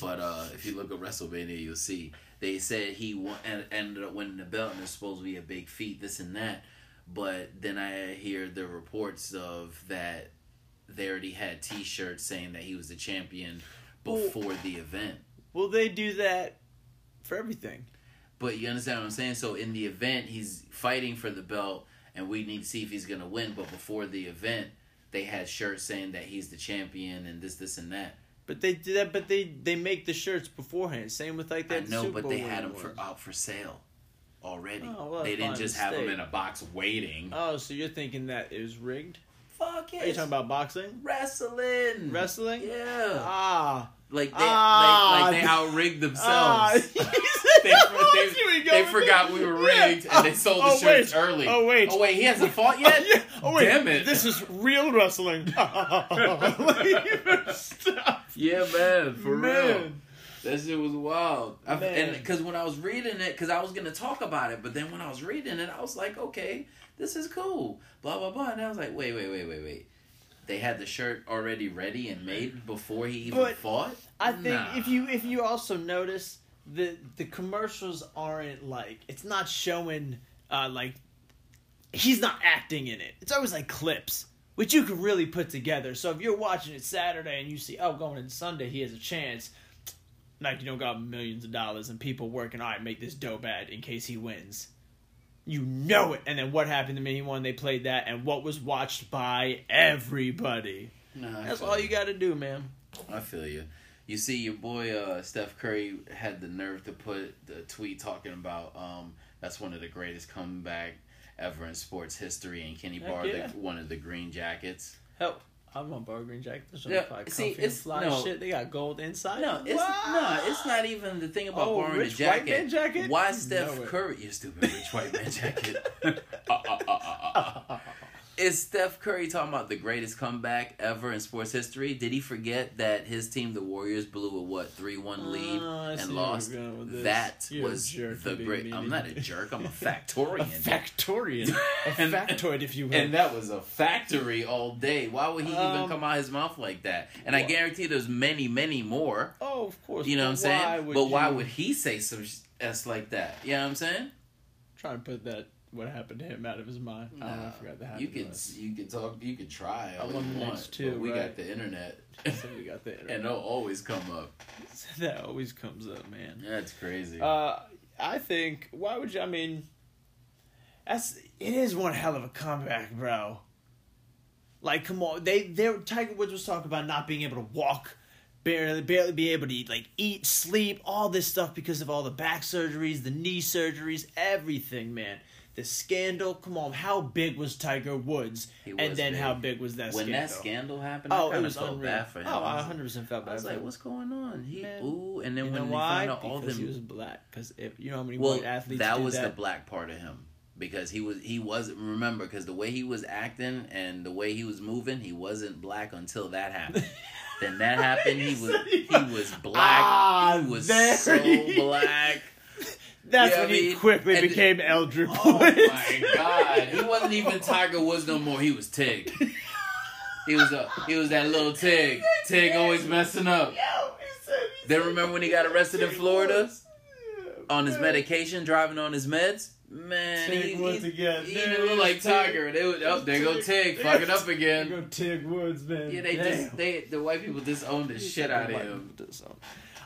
Speaker 3: but uh if you look at WrestleMania, you'll see they said he won, and ended up winning the belt, and it's supposed to be a big feat, this and that. But then I hear the reports of that they already had T-shirts saying that he was the champion before the event.
Speaker 4: Well, they do that for everything.
Speaker 3: But you understand what I'm saying? So in the event, he's fighting for the belt, and we need to see if he's gonna win. But before the event, they had shirts saying that he's the champion and this, this, and that.
Speaker 4: But they do that. But they they make the shirts beforehand. Same with like
Speaker 3: I
Speaker 4: that.
Speaker 3: know,
Speaker 4: Super
Speaker 3: but they
Speaker 4: Bowl
Speaker 3: had them
Speaker 4: one.
Speaker 3: for uh, out for sale already.
Speaker 4: Oh, well,
Speaker 3: they didn't
Speaker 4: my
Speaker 3: just have 'em have them
Speaker 4: mistake.
Speaker 3: in a box waiting.
Speaker 4: Oh, so you're thinking that it was rigged?
Speaker 3: Fuck it.
Speaker 4: Are you talking about boxing,
Speaker 3: wrestling?
Speaker 4: wrestling?
Speaker 3: Mm-hmm. Yeah.
Speaker 4: Ah,
Speaker 3: Like they,
Speaker 4: Ah,
Speaker 3: like, like they
Speaker 4: th-
Speaker 3: outrigged
Speaker 4: ah. (laughs)
Speaker 3: themselves. They,
Speaker 4: I
Speaker 3: they,
Speaker 4: see where you're
Speaker 3: they
Speaker 4: going with
Speaker 3: forgot
Speaker 4: this.
Speaker 3: we were
Speaker 4: Yeah.
Speaker 3: rigged
Speaker 4: Oh,
Speaker 3: and they sold the
Speaker 4: oh,
Speaker 3: shirts
Speaker 4: wait.
Speaker 3: early.
Speaker 4: Oh wait.
Speaker 3: Oh wait, he hasn't fought yet.
Speaker 4: (laughs) Yeah. Oh
Speaker 3: (laughs)
Speaker 4: wait.
Speaker 3: Damn it.
Speaker 4: This is
Speaker 3: (laughs)
Speaker 4: real wrestling. (laughs) Stop.
Speaker 3: Yeah, man, for real.
Speaker 4: Man.
Speaker 3: That shit was wild. I,
Speaker 4: Man.
Speaker 3: and because when I was reading it, because I was gonna talk about it, but then when I was reading it, I was like, okay, this is cool. Blah blah blah. And I was like, wait, wait, wait, wait, wait. They had the shirt already ready and made before he even
Speaker 4: But
Speaker 3: fought.
Speaker 4: I think
Speaker 3: Nah.
Speaker 4: if you if you also notice the the commercials aren't like it's not showing uh like he's not acting in it. It's always like clips. Which you can really put together. So if you're watching it Saturday and you see, oh, going in Sunday, he has a chance. Nike don't got millions of dollars and people working. All right, make this dope ad in case he wins. You know it. And then what happened to me when they played that, and what was watched by everybody.
Speaker 3: Nah, I
Speaker 4: That's
Speaker 3: feel
Speaker 4: all you got to do, man.
Speaker 3: I feel you. You see, your boy uh, Steph Curry had the nerve to put the tweet talking about um, that's one of the greatest comeback ever in sports history, and Kenny
Speaker 4: Heck
Speaker 3: borrowed
Speaker 4: yeah.
Speaker 3: the, one of the green jackets.
Speaker 4: Help. I'm on Bar Green Jacket. Those
Speaker 3: Yeah,
Speaker 4: are probably
Speaker 3: see,
Speaker 4: comfy and
Speaker 3: it's-
Speaker 4: fly
Speaker 3: no.
Speaker 4: shit. They got gold inside.
Speaker 3: No, it's
Speaker 4: Wow.
Speaker 3: no, it's not even the thing about
Speaker 4: Oh,
Speaker 3: borrowing
Speaker 4: rich
Speaker 3: the
Speaker 4: white
Speaker 3: jacket.
Speaker 4: man jacket?
Speaker 3: Why
Speaker 4: No
Speaker 3: Steph
Speaker 4: way.
Speaker 3: Curry? You stupid rich white man jacket. (laughs) Uh,
Speaker 4: (laughs)
Speaker 3: uh, uh, uh, uh. Is Steph Curry talking about the greatest comeback ever in sports history? Did he forget that his team, the Warriors, blew a what three one lead
Speaker 4: Oh, I see
Speaker 3: and
Speaker 4: where you're
Speaker 3: lost?
Speaker 4: going with this.
Speaker 3: That
Speaker 4: You're a
Speaker 3: was
Speaker 4: jerk for
Speaker 3: the
Speaker 4: being
Speaker 3: great.
Speaker 4: mean
Speaker 3: I'm
Speaker 4: to
Speaker 3: not
Speaker 4: me.
Speaker 3: a jerk.
Speaker 4: (laughs)
Speaker 3: I'm a
Speaker 4: a
Speaker 3: factorian.
Speaker 4: factorian. A
Speaker 3: And-
Speaker 4: factoid, if you will.
Speaker 3: And that was a factory all day. Why would he even
Speaker 4: Um,
Speaker 3: come out his mouth like that? And I
Speaker 4: wha-
Speaker 3: guarantee there's many, many more.
Speaker 4: oh, of course.
Speaker 3: You know what I'm
Speaker 4: but
Speaker 3: saying?
Speaker 4: would
Speaker 3: but why
Speaker 4: you
Speaker 3: would he say some sh- s like that? You know what I'm saying?
Speaker 4: try and put that what happened to him out of his mind? Oh, I don't know. I forgot that
Speaker 3: Uh,
Speaker 4: happened.
Speaker 3: You
Speaker 4: to
Speaker 3: could
Speaker 4: us.
Speaker 3: you could talk you could try all
Speaker 4: I'm
Speaker 3: you
Speaker 4: on the
Speaker 3: want.
Speaker 4: next two,
Speaker 3: but we got
Speaker 4: right?
Speaker 3: the
Speaker 4: (laughs)
Speaker 3: internet,
Speaker 4: So we got that.
Speaker 3: (laughs) and they'll always come up.
Speaker 4: (laughs) that always comes up, man.
Speaker 3: That's crazy.
Speaker 4: Uh, I think. Why would you? I mean, that's it is one hell of a comeback, bro. Like, come on, they they Tiger Woods was talking about not being able to walk, barely barely be able to eat, like eat, sleep, all this stuff because of all the back surgeries, the knee surgeries, everything, man. The scandal. Come on, how big was Tiger Woods?
Speaker 3: He
Speaker 4: and
Speaker 3: was
Speaker 4: then how
Speaker 3: big.
Speaker 4: big was that
Speaker 3: when
Speaker 4: scandal?
Speaker 3: that scandal happened,
Speaker 4: oh,
Speaker 3: I
Speaker 4: it
Speaker 3: kind
Speaker 4: was
Speaker 3: of felt
Speaker 4: unreal.
Speaker 3: bad for him.
Speaker 4: Oh,
Speaker 3: I
Speaker 4: I
Speaker 3: was-
Speaker 4: 100% felt bad.
Speaker 3: I was
Speaker 4: for
Speaker 3: like,
Speaker 4: him.
Speaker 3: "What's going on?" He
Speaker 4: Man.
Speaker 3: ooh, and then
Speaker 4: You
Speaker 3: when
Speaker 4: know
Speaker 3: they
Speaker 4: why?
Speaker 3: found out all
Speaker 4: Because
Speaker 3: them,
Speaker 4: he was black. Because if you know how many
Speaker 3: well,
Speaker 4: white athletes
Speaker 3: that
Speaker 4: did
Speaker 3: was the
Speaker 4: that?
Speaker 3: black part of him because he was he wasn't remember because the way he was acting and the way he was moving, he wasn't black until that
Speaker 4: (laughs)
Speaker 3: happened. then that happened, he
Speaker 4: You
Speaker 3: was
Speaker 4: said
Speaker 3: he
Speaker 4: he
Speaker 3: was black.
Speaker 4: Ah,
Speaker 3: he was
Speaker 4: there
Speaker 3: so
Speaker 4: he- (laughs)
Speaker 3: black.
Speaker 4: That's
Speaker 3: Yeah,
Speaker 4: when
Speaker 3: I
Speaker 4: he
Speaker 3: mean,
Speaker 4: quickly
Speaker 3: and-
Speaker 4: became Elder
Speaker 3: Oh my god,
Speaker 4: (laughs)
Speaker 3: he wasn't even Tiger Woods no more. He was Tig.
Speaker 4: (laughs)
Speaker 3: He was a he was that little Tig. Tig always messing up.
Speaker 4: Yo, he said
Speaker 3: Then remember when he got arrested in
Speaker 4: Take
Speaker 3: Florida
Speaker 4: once.
Speaker 3: on his
Speaker 4: Yeah,
Speaker 3: medication, driving on his meds? Man,
Speaker 4: Take
Speaker 3: he,
Speaker 4: once
Speaker 3: he,
Speaker 4: again.
Speaker 3: he
Speaker 4: There
Speaker 3: looked
Speaker 4: is
Speaker 3: like
Speaker 4: Tig.
Speaker 3: Tiger. They would, oh, there go
Speaker 4: Tig.
Speaker 3: Tig, fucking (laughs) up
Speaker 4: man. There
Speaker 3: again.
Speaker 4: go Tig Woods, man.
Speaker 3: Yeah, they
Speaker 4: Damn.
Speaker 3: just they the white people disowned the shit out of him.
Speaker 4: Disown.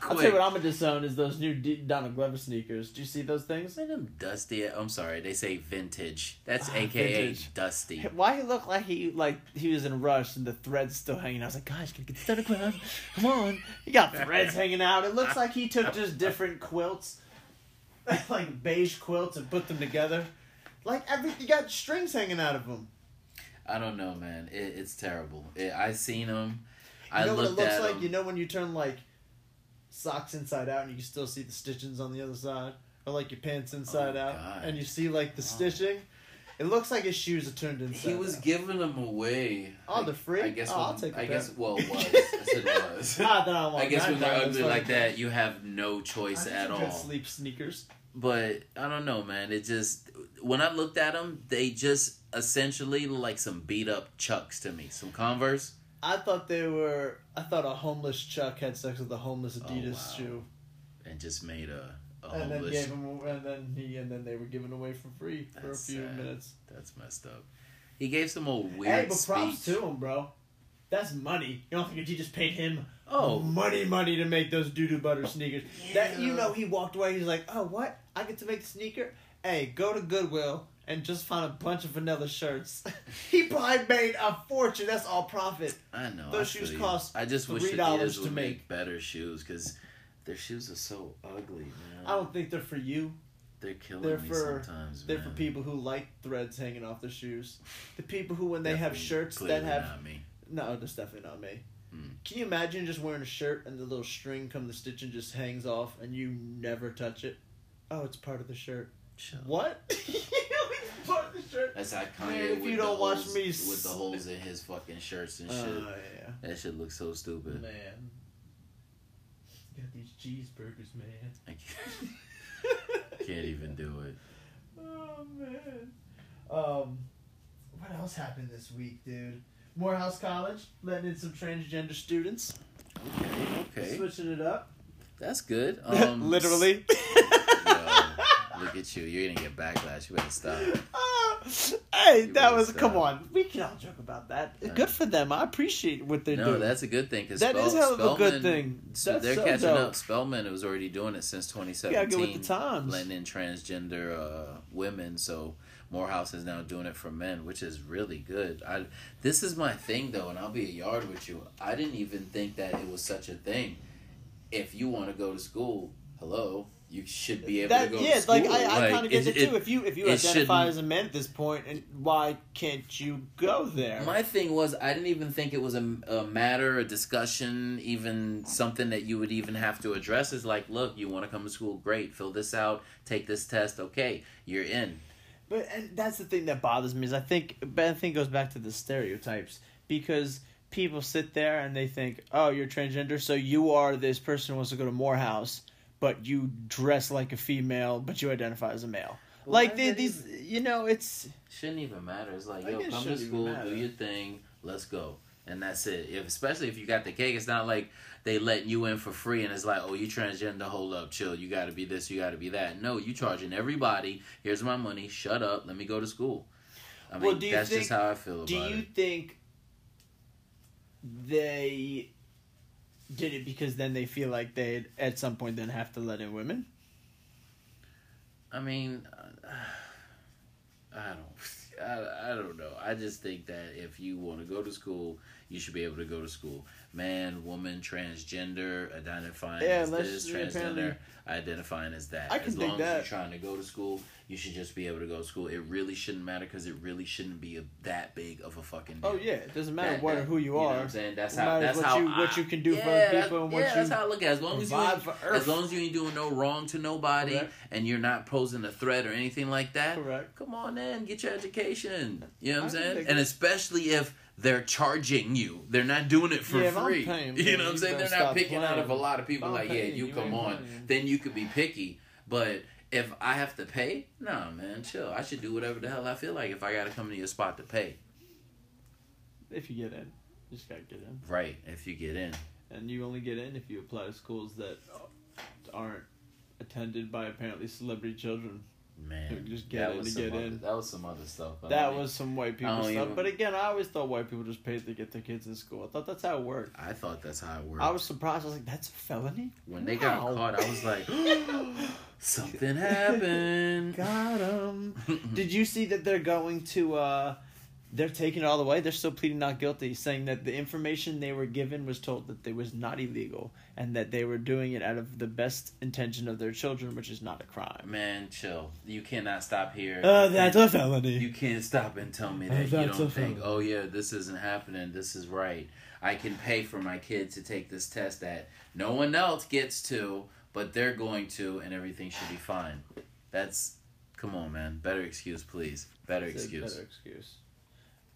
Speaker 4: I'll tell you
Speaker 3: Quick.
Speaker 4: what I'm gonna disown is those new D- Donald Glover sneakers. Do you see those things?
Speaker 3: Look at them dusty. I'm sorry, they say vintage. That's
Speaker 4: Ah,
Speaker 3: AKA
Speaker 4: vintage.
Speaker 3: dusty.
Speaker 4: Why he looked like he like he was in a rush and the threads still hanging? I was like, gosh, can get this other quilt. Come on, he got
Speaker 3: (laughs)
Speaker 4: threads hanging out. It looks like he took just different quilts, (laughs) like beige quilts, and put them together. Like every you got strings hanging out of them.
Speaker 3: I don't know, man. It, it's terrible. It, I seen them.
Speaker 4: You
Speaker 3: I
Speaker 4: know what it
Speaker 3: looked
Speaker 4: looks
Speaker 3: at
Speaker 4: like?
Speaker 3: 'em.
Speaker 4: You know when you turn like socks inside out and you can still see the stitchings on the other side, or like your pants inside
Speaker 3: Oh,
Speaker 4: out
Speaker 3: God.
Speaker 4: and you see like the
Speaker 3: Wow.
Speaker 4: stitching. It looks like his shoes are turned inside.
Speaker 3: He was
Speaker 4: out.
Speaker 3: giving them away.
Speaker 4: Oh,
Speaker 3: I-
Speaker 4: they're free?
Speaker 3: I guess.
Speaker 4: Oh,
Speaker 3: when,
Speaker 4: I'll take a
Speaker 3: I
Speaker 4: pair.
Speaker 3: guess. Well, was
Speaker 4: (laughs)
Speaker 3: I said was.
Speaker 4: (laughs) Not that I want.
Speaker 3: I guess
Speaker 4: not
Speaker 3: when they're
Speaker 4: that I
Speaker 3: ugly
Speaker 4: was
Speaker 3: like that, you have no choice
Speaker 4: I
Speaker 3: at
Speaker 4: think you could
Speaker 3: all.
Speaker 4: Sleep sneakers.
Speaker 3: But I don't know, man. It just when I looked at them, they just essentially look like some beat up Chucks to me. Some Converse.
Speaker 4: I thought they were. I thought a homeless Chuck had sex with a homeless Adidas
Speaker 3: Oh, wow.
Speaker 4: shoe,
Speaker 3: and just made a, a
Speaker 4: and then
Speaker 3: homeless.
Speaker 4: gave him, and then he, and then they were given away for free for
Speaker 3: That's
Speaker 4: a few
Speaker 3: sad.
Speaker 4: minutes.
Speaker 3: That's messed up. He gave some old weird
Speaker 4: Hey, but props
Speaker 3: speech.
Speaker 4: to him, bro. That's money. You don't think you just paid him
Speaker 3: Oh.
Speaker 4: money, money to make those doo doo butter sneakers? That you
Speaker 3: Yeah.
Speaker 4: know, he walked away. He's like, oh, what? I get to make the sneaker. Hey, go to Goodwill and just find a bunch of vanilla shirts. (laughs) he probably made a fortune. That's all profit.
Speaker 3: I know
Speaker 4: Those
Speaker 3: I
Speaker 4: shoes
Speaker 3: feel you.
Speaker 4: cost
Speaker 3: I just wish
Speaker 4: $3
Speaker 3: Adidas would
Speaker 4: to
Speaker 3: make.
Speaker 4: make.
Speaker 3: better shoes because their shoes are so ugly, man.
Speaker 4: I don't think they're for you.
Speaker 3: They're killing
Speaker 4: they're
Speaker 3: me
Speaker 4: for-
Speaker 3: sometimes,
Speaker 4: They're
Speaker 3: man.
Speaker 4: for people who like threads hanging off their shoes. The people who, when they have
Speaker 3: Definitely,
Speaker 4: shirts that
Speaker 3: clearly
Speaker 4: have
Speaker 3: not me.
Speaker 4: No, that's definitely not me.
Speaker 3: Hmm.
Speaker 4: Can you imagine just wearing a shirt and the little string come the stitching just hangs off and you never touch it? Oh, it's part of the shirt.
Speaker 3: Chill.
Speaker 4: What? (laughs) it's part of the shirt.
Speaker 3: That's how Kanye.
Speaker 4: Man, if
Speaker 3: with
Speaker 4: you
Speaker 3: the
Speaker 4: don't watch
Speaker 3: holes-
Speaker 4: me
Speaker 3: with the
Speaker 4: s-
Speaker 3: holes in his fucking shirts and
Speaker 4: Oh
Speaker 3: shit,
Speaker 4: yeah,
Speaker 3: that shit looks so stupid.
Speaker 4: man. You got these cheeseburgers, (laughs) man.
Speaker 3: I can't, (laughs) can't even do it.
Speaker 4: Oh man. Um, what else happened this week, dude? Morehouse College letting in some transgender students,
Speaker 3: Okay,
Speaker 4: (laughs)
Speaker 3: okay,
Speaker 4: switching it up.
Speaker 3: that's
Speaker 4: (laughs)
Speaker 3: good. Um, Yo, look at you. You're gonna get backlash. You better stop.
Speaker 4: Ah, (laughs) hey,
Speaker 3: You
Speaker 4: that
Speaker 3: really
Speaker 4: was come
Speaker 3: sad.
Speaker 4: on. We can all joke about that.
Speaker 3: Yeah.
Speaker 4: Good for them. I appreciate what they're
Speaker 3: No,
Speaker 4: doing.
Speaker 3: that's a good thing. Cause
Speaker 4: That
Speaker 3: Spell-
Speaker 4: is hell of a
Speaker 3: Spellman-
Speaker 4: good thing.
Speaker 3: So
Speaker 4: That's
Speaker 3: they're
Speaker 4: so
Speaker 3: catching
Speaker 4: dope.
Speaker 3: up. Spellman was already doing it since 2017.
Speaker 4: Yeah, go with the times.
Speaker 3: Letting in transgender uh, women, so Morehouse is now doing it for men, which is really good. I this is my thing though, and I'll be a yard with you. I didn't even think that it was such a thing. If you want to go to school, hello, you should be able
Speaker 4: That-
Speaker 3: to go.
Speaker 4: yeah,
Speaker 3: to school.
Speaker 4: like I, I kind of get it, too. if you if you
Speaker 3: it
Speaker 4: identify
Speaker 3: shouldn't-
Speaker 4: as a man at this point, and why can't you go there?
Speaker 3: My thing was, I didn't even think it was a, a matter, a discussion, even something that you would even have to address. Is like, look, you want to come to school? Great. Fill this out. Take this test. Okay, you're in.
Speaker 4: But and that's the thing that bothers me is I think but I think it goes back to the stereotypes because people sit there and they think, oh, you're transgender, so you are this person who wants to go to Morehouse, but you dress like a female, but you identify as a male.
Speaker 3: Well,
Speaker 4: like
Speaker 3: why
Speaker 4: the,
Speaker 3: is that
Speaker 4: these, you know, it's
Speaker 3: Shouldn't even matter. It's like,
Speaker 4: I
Speaker 3: yo,
Speaker 4: guess
Speaker 3: come to
Speaker 4: shouldn't even
Speaker 3: school,
Speaker 4: matter.
Speaker 3: do your thing, let's go, and that's it. If especially if you got the cake, it's not like they letting you in for free, and it's like, oh, you transgender, hold up, chill. You got to be this, you got to be that. No, you charging everybody. Here's my money. Shut up. Let me go to school. I mean,
Speaker 4: Well, do you
Speaker 3: that's just
Speaker 4: think-
Speaker 3: how I feel about
Speaker 4: Do you
Speaker 3: it.
Speaker 4: think they did it because then they feel like they'd at some point then have to let in women?
Speaker 3: I mean, uh, (sighs) I don't, (laughs) I, I don't know. I just think that if you want to go to school, you should be able to go to school. Man, woman, transgender, identifying
Speaker 4: Yeah,
Speaker 3: as
Speaker 4: unless-
Speaker 3: this,
Speaker 4: yeah,
Speaker 3: transgender,
Speaker 4: apparently-
Speaker 3: identifying as that.
Speaker 4: I can
Speaker 3: as
Speaker 4: dig
Speaker 3: long as
Speaker 4: that.
Speaker 3: you're trying to go to school, you should just be able to go to school. It really shouldn't matter because it really shouldn't be a, that big of a fucking deal.
Speaker 4: Oh yeah, it doesn't matter
Speaker 3: That- uh,
Speaker 4: what
Speaker 3: that-
Speaker 4: or who you,
Speaker 3: know
Speaker 4: are.
Speaker 3: what I'm saying that's
Speaker 4: It
Speaker 3: how
Speaker 4: matters
Speaker 3: that's
Speaker 4: what
Speaker 3: how
Speaker 4: you- what
Speaker 3: I-
Speaker 4: you can do for
Speaker 3: yeah,
Speaker 4: other
Speaker 3: that-
Speaker 4: people and what
Speaker 3: yeah, that's
Speaker 4: you
Speaker 3: how I look at. It. As long as you
Speaker 4: provide
Speaker 3: ain't,
Speaker 4: for
Speaker 3: as
Speaker 4: Earth.
Speaker 3: long as you ain't doing no wrong to nobody
Speaker 4: Correct.
Speaker 3: and you're not posing a threat or anything like that.
Speaker 4: Correct.
Speaker 3: Come on in, get your education. You know what I'm
Speaker 4: I think
Speaker 3: saying?
Speaker 4: they-
Speaker 3: And especially if they're charging you, they're not doing it for
Speaker 4: Yeah, if I'm
Speaker 3: free. (laughs)
Speaker 4: paying,
Speaker 3: you
Speaker 4: man,
Speaker 3: know what I'm
Speaker 4: you
Speaker 3: saying?
Speaker 4: better
Speaker 3: They're not
Speaker 4: stop
Speaker 3: picking out
Speaker 4: playing.
Speaker 3: of a lot of people.
Speaker 4: If I'm
Speaker 3: like,
Speaker 4: paying,
Speaker 3: yeah, you,
Speaker 4: you
Speaker 3: come
Speaker 4: ain't
Speaker 3: on.
Speaker 4: playing.
Speaker 3: Then you could be picky, but. If I have to pay, nah, man, chill. I should do whatever the hell I feel like if I gotta come to your spot to pay.
Speaker 4: if you get in, you just gotta get in.
Speaker 3: Right, if you get in.
Speaker 4: and you only get in if you apply to schools that aren't attended by apparently celebrity children. (laughs)
Speaker 3: Man,
Speaker 4: Just get in to
Speaker 3: some
Speaker 4: get
Speaker 3: other,
Speaker 4: in.
Speaker 3: That was some other stuff. I
Speaker 4: That
Speaker 3: mean,
Speaker 4: was some white
Speaker 3: I
Speaker 4: people
Speaker 3: don't
Speaker 4: stuff.
Speaker 3: even-
Speaker 4: But again, I always thought white people just paid to get their kids in school. I thought that's how it worked.
Speaker 3: I thought that's how it worked.
Speaker 4: I was surprised. I was like, "That's a felony."
Speaker 3: (gasps)
Speaker 4: (gasps)
Speaker 3: when they got
Speaker 4: Wow.
Speaker 3: caught, I was
Speaker 4: (gasps)
Speaker 3: like, something
Speaker 4: (laughs)
Speaker 3: happened.
Speaker 4: Got 'em. Did you see that they're going to? uh They're taking it all the way. They're still pleading not guilty, saying that the information they were given was told that they was not illegal and that they were doing it out of the best intention of their children, which is not a crime.
Speaker 3: Man, chill. You cannot stop here.
Speaker 4: Uh, that's a
Speaker 3: You
Speaker 4: felony.
Speaker 3: can't stop and tell me
Speaker 4: Oh,
Speaker 3: that you
Speaker 4: that's
Speaker 3: don't
Speaker 4: a
Speaker 3: think,
Speaker 4: felony.
Speaker 3: oh yeah, this isn't happening. This is right. I can pay for my kid to take this test that no one else gets to, but they're going to, and everything should be fine. That's, come on, man. Better excuse, please. Better
Speaker 4: Say
Speaker 3: excuse.
Speaker 4: Better excuse.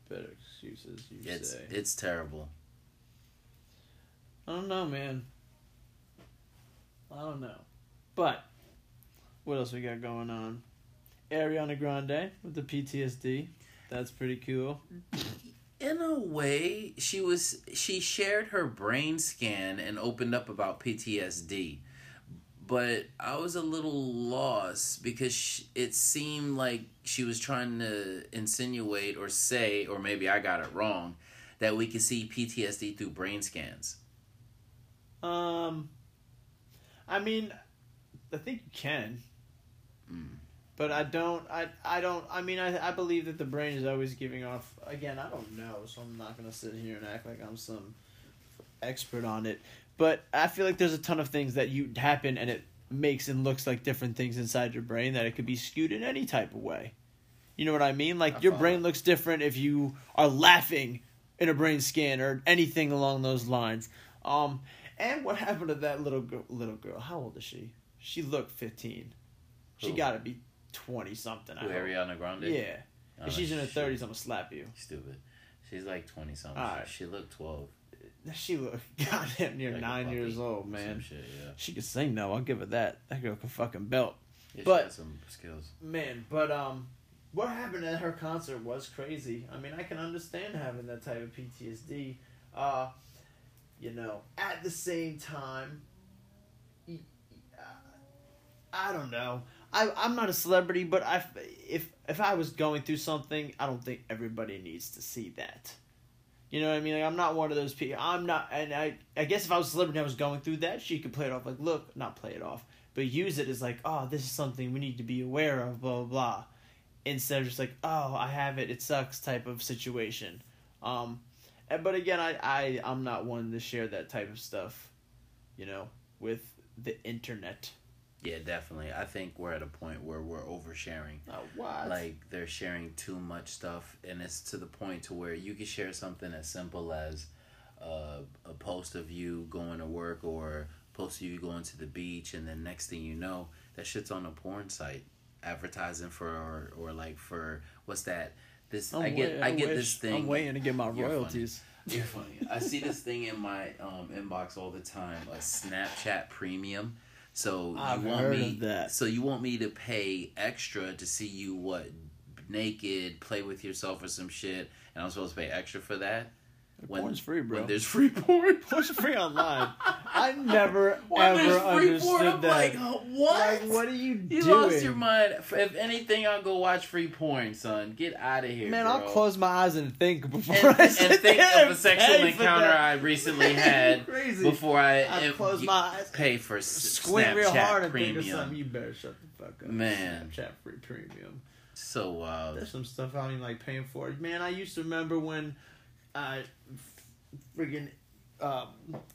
Speaker 4: Better excuses. You
Speaker 3: It's
Speaker 4: say.
Speaker 3: it's terrible.
Speaker 4: I don't know, man. I don't know. But what else we got going on? Ariana Grande with the PTSD. That's pretty cool.
Speaker 3: In a way, she was she shared her brain scan and opened up about PTSD. But I was a little lost because sh it seemed like she was trying to insinuate or say, or maybe I got it wrong, that we could see PTSD through brain scans.
Speaker 4: Um I mean I think you can.
Speaker 3: Hmm.
Speaker 4: But I don't I I don't I mean I I believe that the brain is always giving off again, I don't know, so I'm not gonna sit here and act like I'm some expert on it. But I feel like there's a ton of things that you happen and it makes and looks like different things inside your brain that it could be skewed in any type of way. You know what I mean? Like
Speaker 3: I
Speaker 4: your
Speaker 3: follow.
Speaker 4: brain looks different if you are laughing in a brain scan or anything along those lines. Um, and what happened to that little girl? Little girl, how old is she? She looked fifteen. She
Speaker 3: Who?
Speaker 4: got to be twenty something. I
Speaker 3: Through
Speaker 4: hope.
Speaker 3: Ariana Grande.
Speaker 4: Oh. Yeah,
Speaker 3: Oh,
Speaker 4: if she's in her
Speaker 3: shit.
Speaker 4: thirties, I'm gonna slap you.
Speaker 3: Stupid. She's like twenty something.
Speaker 4: Alright.
Speaker 3: She looked twelve.
Speaker 4: She looked (laughs) goddamn near
Speaker 3: like a
Speaker 4: nine
Speaker 3: puppy.
Speaker 4: years old,
Speaker 3: Some
Speaker 4: man.
Speaker 3: shit, yeah.
Speaker 4: She could sing though. I'll give her that. That girl can fucking belt.
Speaker 3: yeah
Speaker 4: But-
Speaker 3: she got some skills.
Speaker 4: Man, but um, what happened at her concert was crazy. I mean, I can understand having that type of PTSD. Uh, you know, at the same time, y- y- uh, I don't know. I I'm not a celebrity, but I if if I was going through something, I don't think everybody needs to see that. You know what I mean? Like I'm not one of those people. I'm not, and I I guess if I was a celebrity, and I was going through that. She could play it off like, look, not play it off, but use it as like, oh, this is something we need to be aware of, blah blah. blah. Instead of just like, oh, I have it, it sucks, type of situation. Um, and, but again, I I I'm not one to share that type of stuff, you know, with the internet.
Speaker 3: Yeah, definitely. I think we're at a point where we're oversharing.
Speaker 4: Uh, what?
Speaker 3: like they're sharing too much stuff and it's to the point to where you can share something as simple as uh, a post of you going to work or a post of you going to the beach and then next thing you know that shit's on a porn site advertising for or, or like for what's that this i get
Speaker 4: wait-
Speaker 3: i get
Speaker 4: wish-
Speaker 3: this thing
Speaker 4: I'm waiting to get my
Speaker 3: You're funny.
Speaker 4: royalties.
Speaker 3: you're funny. I see this thing in my um, inbox all the time, a Snapchat premium. So
Speaker 4: I've
Speaker 3: you want
Speaker 4: heard
Speaker 3: me
Speaker 4: of that.
Speaker 3: so you want me to pay extra to see you what naked, play with yourself or some shit, and I'm supposed to pay extra for that? When,
Speaker 4: porn's free, bro. (laughs)
Speaker 3: When there's free porn.
Speaker 4: What's free online?
Speaker 3: (laughs)
Speaker 4: I never
Speaker 3: When
Speaker 4: ever
Speaker 3: there's free
Speaker 4: understood
Speaker 3: porn, I'm
Speaker 4: that.
Speaker 3: like, huh, what?
Speaker 4: Like, what are you,
Speaker 3: you
Speaker 4: doing?
Speaker 3: lost your mind. If- If anything, I'll go watch free porn, son. Get out of here,
Speaker 4: Man,
Speaker 3: bro.
Speaker 4: I'll close my eyes and think before
Speaker 3: and,
Speaker 4: I
Speaker 3: and
Speaker 4: sit
Speaker 3: think
Speaker 4: there (laughs)
Speaker 3: of a
Speaker 4: and
Speaker 3: sexual
Speaker 4: pay for
Speaker 3: encounter
Speaker 4: that.
Speaker 3: I
Speaker 4: (laughs)
Speaker 3: recently had
Speaker 4: Crazy.
Speaker 3: before I,
Speaker 4: I
Speaker 3: and
Speaker 4: close
Speaker 3: you
Speaker 4: my eyes.
Speaker 3: pay for s-
Speaker 4: Squint
Speaker 3: Snapchat
Speaker 4: real hard and
Speaker 3: premium.
Speaker 4: think of something. You better shut the fuck up.
Speaker 3: Man.
Speaker 4: Snapchat free premium.
Speaker 3: So uh, wild.
Speaker 4: There's some stuff I don't even like paying for. Man, I used to remember when, uh, friggin', uh,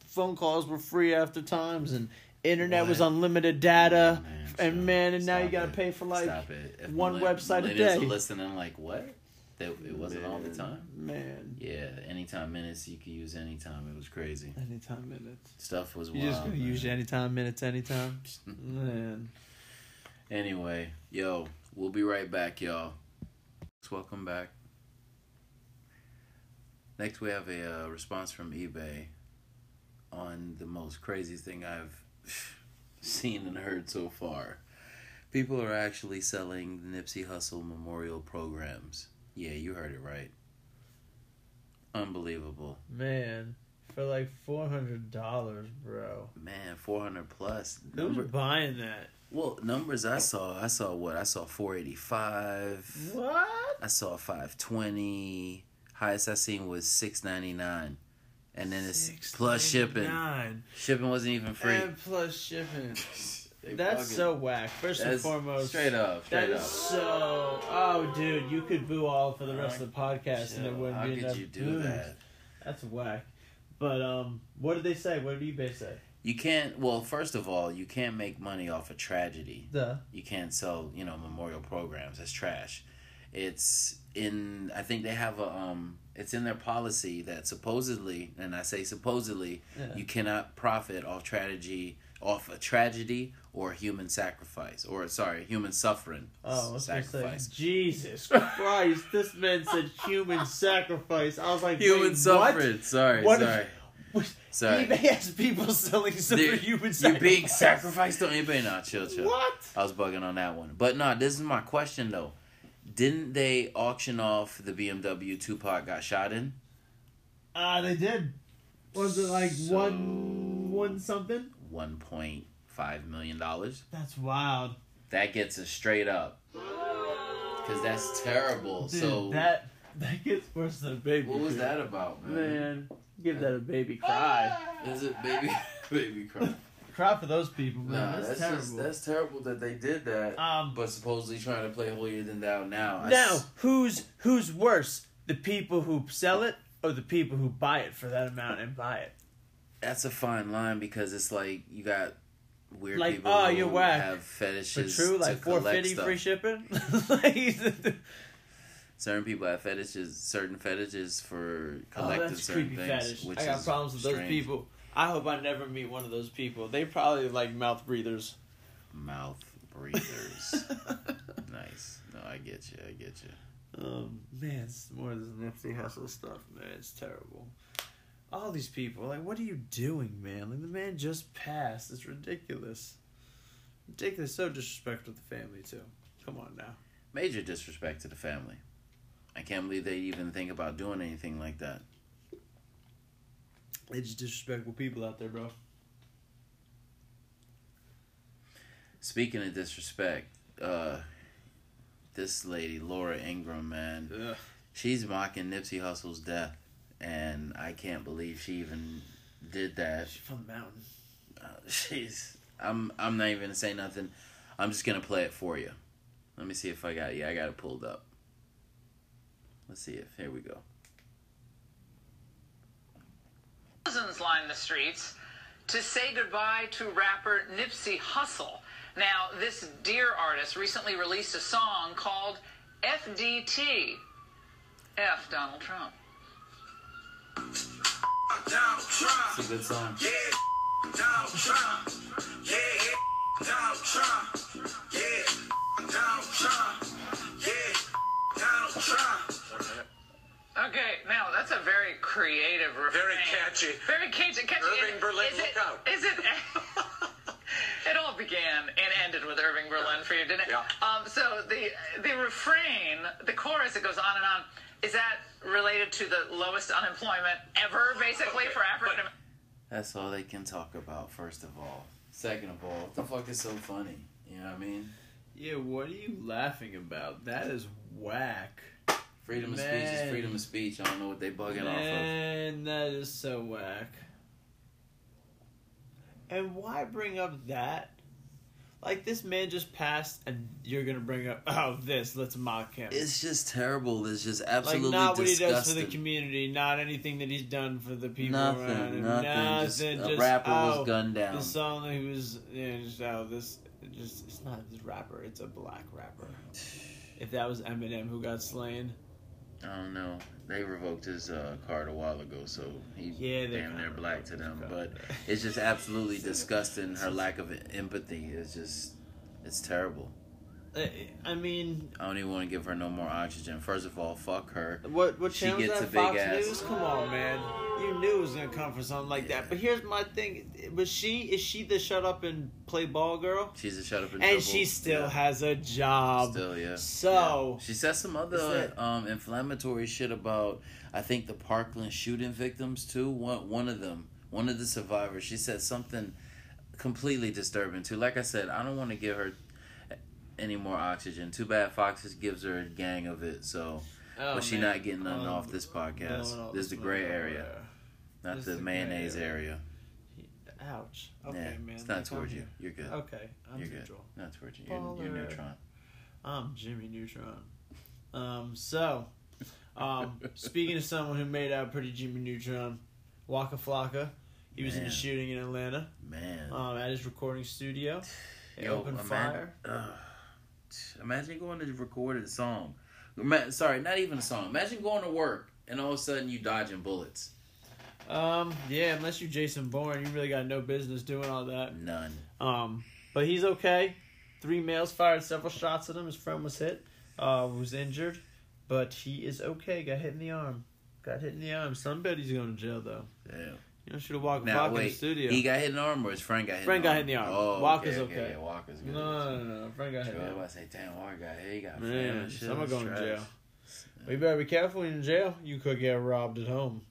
Speaker 4: phone calls were free after times and internet was
Speaker 3: What?
Speaker 4: unlimited data.
Speaker 3: Man,
Speaker 4: and
Speaker 3: stop-
Speaker 4: man, and now you
Speaker 3: stop
Speaker 4: gotta
Speaker 3: it.
Speaker 4: pay for like
Speaker 3: Stop it. If
Speaker 4: one
Speaker 3: millen-
Speaker 4: website a
Speaker 3: millennials
Speaker 4: day.
Speaker 3: Are listening, like what? That it wasn't all the
Speaker 4: Man,
Speaker 3: time.
Speaker 4: Man,
Speaker 3: Yeah, anytime minutes you could use anytime. It was crazy.
Speaker 4: anytime minutes.
Speaker 3: Stuff was
Speaker 4: You
Speaker 3: wild.
Speaker 4: just gonna
Speaker 3: man.
Speaker 4: use anytime minutes anytime.
Speaker 3: (laughs)
Speaker 4: man.
Speaker 3: Anyway, yo, we'll be right back, y'all. Welcome back. Next, we have a uh, response from eBay on the most crazy thing I've (sighs) seen and heard so far. People are actually selling the Nipsey Hussle memorial programs. Yeah, you heard it right. Unbelievable.
Speaker 4: Man. for like four hundred dollars, bro.
Speaker 3: Man, four hundred plus.
Speaker 4: Who's
Speaker 3: Number,
Speaker 4: buying that?
Speaker 3: well, numbers I saw. I saw what I saw. Four eighty five.
Speaker 4: What?
Speaker 3: I saw five twenty. Highest I seen was six ninety nine, and then it's plus shipping.
Speaker 4: $6.99.
Speaker 3: Shipping wasn't even free.
Speaker 4: And plus shipping.
Speaker 3: They
Speaker 4: That's
Speaker 3: bugging.
Speaker 4: so whack. First and
Speaker 3: That's
Speaker 4: foremost,
Speaker 3: Straight up. Straight
Speaker 4: that is
Speaker 3: up.
Speaker 4: so. Oh, dude, you could boo all for the rest of the podcast, and it
Speaker 3: Chill.
Speaker 4: wouldn't
Speaker 3: How
Speaker 4: be enough.
Speaker 3: could you do
Speaker 4: boos.
Speaker 3: that?
Speaker 4: That's whack. But um, what did they say? What did eBay say?
Speaker 3: You can't. Well, first of all, you can't make money off a tragedy.
Speaker 4: The
Speaker 3: You can't sell, you know, memorial programs. That's trash. It's in. I think they have a. Um, it's in their policy that supposedly, and I say supposedly,
Speaker 4: Yeah.
Speaker 3: you cannot profit off tragedy, off a tragedy or human sacrifice, or sorry, human suffering.
Speaker 4: oh, I was gonna say?
Speaker 3: sacrifice. (laughs)
Speaker 4: Jesus Christ! this man said human sacrifice. I was like,
Speaker 3: Human
Speaker 4: wait, (laughs)
Speaker 3: suffering. Sorry,
Speaker 4: What if-
Speaker 3: sorry,
Speaker 4: What?
Speaker 3: sorry.
Speaker 4: eBay has people selling some
Speaker 3: They're-
Speaker 4: for human
Speaker 3: You
Speaker 4: sacrifice.
Speaker 3: being sacrificed on eBay? Nah, chill, chill.
Speaker 4: What?
Speaker 3: I was bugging on that one. But nah, this is my question though. Didn't they auction off the BMW Tupac got shot in?
Speaker 4: Ah, they did. Was it like
Speaker 3: So-
Speaker 4: one one something?
Speaker 3: One point five million dollars.
Speaker 4: That's wild.
Speaker 3: That gets us straight up. Cause that's terrible.
Speaker 4: Dude,
Speaker 3: so
Speaker 4: that that gets worse than a baby.
Speaker 3: what was
Speaker 4: cry.
Speaker 3: that Ah! about, man?
Speaker 4: Man, give that a baby cry.
Speaker 3: Is it baby (laughs) baby cry?
Speaker 4: Cry for those people, man.
Speaker 3: nah,
Speaker 4: that's,
Speaker 3: that's,
Speaker 4: terrible.
Speaker 3: just that's terrible that they did that.
Speaker 4: um,
Speaker 3: but supposedly trying to play holier than thou now. I
Speaker 4: now
Speaker 3: s-
Speaker 4: who's who's worse, the people who sell it or the people who buy it for that amount and buy it?
Speaker 3: that's a fine line because it's like you got weird
Speaker 4: Like,
Speaker 3: people
Speaker 4: oh,
Speaker 3: who
Speaker 4: you're whack.
Speaker 3: have
Speaker 4: For
Speaker 3: fetishes
Speaker 4: true, like
Speaker 3: to
Speaker 4: four
Speaker 3: collect
Speaker 4: fifty
Speaker 3: stuff.
Speaker 4: free shipping. (laughs) like,
Speaker 3: Certain people have fetishes, certain fetishes for
Speaker 4: oh,
Speaker 3: collecting
Speaker 4: that's
Speaker 3: certain
Speaker 4: creepy
Speaker 3: things.
Speaker 4: fetish.
Speaker 3: Which
Speaker 4: I got
Speaker 3: is
Speaker 4: problems with those
Speaker 3: strange.
Speaker 4: people. I hope I never meet one of those people. They probably like mouth breathers.
Speaker 3: Mouth
Speaker 4: (laughs)
Speaker 3: breathers. nice. No, I get you. I get you.
Speaker 4: Um, man, it's more than Nipsey Hussle stuff, man. It's terrible. All these people, like, what are you doing, man? Like, the man just passed. It's ridiculous. Ridiculous. So disrespectful to the family, too. Come on now.
Speaker 3: Major disrespect to the family. I can't believe they even think about doing anything like that.
Speaker 4: They just disrespectful people out there, bro.
Speaker 3: Speaking of disrespect, uh, this lady Laura Ingram, man,
Speaker 4: Ugh.
Speaker 3: she's mocking Nipsey Hussle's death, and I can't believe she even did that.
Speaker 4: She's from the mountain.
Speaker 3: Uh, Jeez, I'm I'm not even gonna say nothing. I'm just gonna play it for you. Let me see if I got yeah I got it pulled up. Let's see if here we go.
Speaker 2: Thousands lined the streets to say goodbye to rapper Nipsey Hussle. Now, this dear artist recently released a song called FDT. F Donald Trump.
Speaker 5: Donald Trump.
Speaker 3: It's a good song.
Speaker 5: Yeah, Donald Trump. Yeah, Donald Trump. Yeah, Donald Trump. Yeah, Donald Trump.
Speaker 2: Okay, now that's a very creative refrain.
Speaker 5: Very catchy.
Speaker 2: Very catchy. catchy.
Speaker 5: Irving
Speaker 2: Is-
Speaker 5: Berlin,
Speaker 2: is
Speaker 5: look
Speaker 2: it-
Speaker 5: out.
Speaker 2: Is it? (laughs) it all began and ended with Irving Berlin for you, didn't it?
Speaker 5: Yeah.
Speaker 2: Um, so the the refrain, the chorus that goes on and on, is that related to the lowest unemployment
Speaker 5: Oh,
Speaker 2: ever, basically for African Americans?
Speaker 3: That's all they can talk about. First of all, second of all, what the fuck is so funny? You know what I mean?
Speaker 4: Yeah, what are you laughing about? That is whack.
Speaker 3: Freedom of speech
Speaker 4: Man.
Speaker 3: is freedom of speech. I don't know what they bugging off
Speaker 4: Man, that is so whack. And why bring up that? Like this man just passed, and you're gonna bring up oh this? Let's mock him.
Speaker 3: of. It's just terrible. It's just
Speaker 4: like
Speaker 3: absolutely
Speaker 4: not what
Speaker 3: disgusting.
Speaker 4: he does for the community, not anything that he's done for the people around
Speaker 3: Nothing,
Speaker 4: him.
Speaker 3: nothing. Just, a
Speaker 4: just,
Speaker 3: rapper
Speaker 4: oh,
Speaker 3: was gunned down.
Speaker 4: The song that he was, yeah, just, oh this, just it's not this rapper, it's a black
Speaker 3: (sighs)
Speaker 4: rapper. If that was Eminem who got slain,
Speaker 3: I don't know. They revoked his uh, card a while ago, so he
Speaker 4: Yeah, they
Speaker 3: damn near
Speaker 4: kinda
Speaker 3: black to
Speaker 4: revoked his
Speaker 3: them. But
Speaker 4: card.
Speaker 3: it's
Speaker 4: (laughs)
Speaker 3: just absolutely disgusting. Her lack of empathy is just, it's terrible.
Speaker 4: I- I mean,
Speaker 3: I don't even want to give her no more oxygen. First of all, fuck her.
Speaker 4: What what
Speaker 3: She
Speaker 4: channel
Speaker 3: gets
Speaker 4: was
Speaker 3: a
Speaker 4: that?
Speaker 3: big
Speaker 4: Fox
Speaker 3: ass.
Speaker 4: News? Come on, man. You knew it was gonna come from something like that. But here's my thing: was she is she the shut up and play ball girl?
Speaker 3: She's a shut up and,
Speaker 4: And she still has a job.
Speaker 3: Still, yeah.
Speaker 4: Um, So-
Speaker 3: Yeah. she said some
Speaker 4: That's
Speaker 3: other
Speaker 4: it.
Speaker 3: um, inflammatory shit about I think the Parkland shooting victims too. One one of them, one of the survivors. She said something completely disturbing too. Like I said, I don't want to give her any more oxygen. Too bad Fox just gives her a gang of it. So,
Speaker 4: Oh,
Speaker 3: but she
Speaker 4: man.
Speaker 3: not getting nothing
Speaker 4: Um,
Speaker 3: off this podcast.
Speaker 4: no, no,
Speaker 3: this is the gray
Speaker 4: no, no,
Speaker 3: area, not
Speaker 4: This
Speaker 3: the
Speaker 4: is the gray
Speaker 3: mayonnaise
Speaker 4: area.
Speaker 3: area.
Speaker 4: no. Ouch. Okay,
Speaker 3: yeah,
Speaker 4: man.
Speaker 3: it's
Speaker 4: like,
Speaker 3: not
Speaker 4: I'm
Speaker 3: towards you.
Speaker 4: here.
Speaker 3: You're good.
Speaker 4: Okay, I'm
Speaker 3: You're good.
Speaker 4: neutral.
Speaker 3: Not towards you. You're, you're
Speaker 4: Baller.
Speaker 3: neutron.
Speaker 4: I'm Jimmy Neutron. Um, so,
Speaker 3: (laughs)
Speaker 4: um, speaking of someone who made out pretty Jimmy Neutron, Waka Flocka, he was in a
Speaker 3: Man.
Speaker 4: shooting in Atlanta
Speaker 3: Man.
Speaker 4: um, at his recording studio. They
Speaker 3: Yo,
Speaker 4: opened
Speaker 3: imagine-
Speaker 4: fire.
Speaker 3: Ugh. imagine going to record a song. Ma- Sorry, not even a song. Imagine going to work and all of a sudden you dodging bullets.
Speaker 4: Um, yeah, unless you Jason Bourne, you really got no business doing all that.
Speaker 3: None.
Speaker 4: Um, but he's okay. Three males fired several shots at him. His friend was hit, uh, was injured, but he is okay. Got hit in the arm. Got hit in the arm. Somebody's going to jail though.
Speaker 3: Damn.
Speaker 4: You don't shoot a walk
Speaker 3: Now
Speaker 4: in the
Speaker 3: wait,
Speaker 4: studio.
Speaker 3: he got hit in the arm or his friend got hit.
Speaker 4: Friend
Speaker 3: in the
Speaker 4: got
Speaker 3: arm?
Speaker 4: hit in the arm.
Speaker 3: Oh,
Speaker 4: Walker's
Speaker 3: okay,
Speaker 4: okay.
Speaker 3: Yeah, Walker's good.
Speaker 4: no, no, no, no. Frank got hit.
Speaker 3: Sure,
Speaker 4: in
Speaker 3: I was
Speaker 4: the arm.
Speaker 3: about to say, damn, Walker got hit. He got fam
Speaker 4: Man,
Speaker 3: and shit.
Speaker 4: someone
Speaker 3: That's
Speaker 4: going to
Speaker 3: trash.
Speaker 4: jail. We better be careful when you're in jail. You could get robbed at home.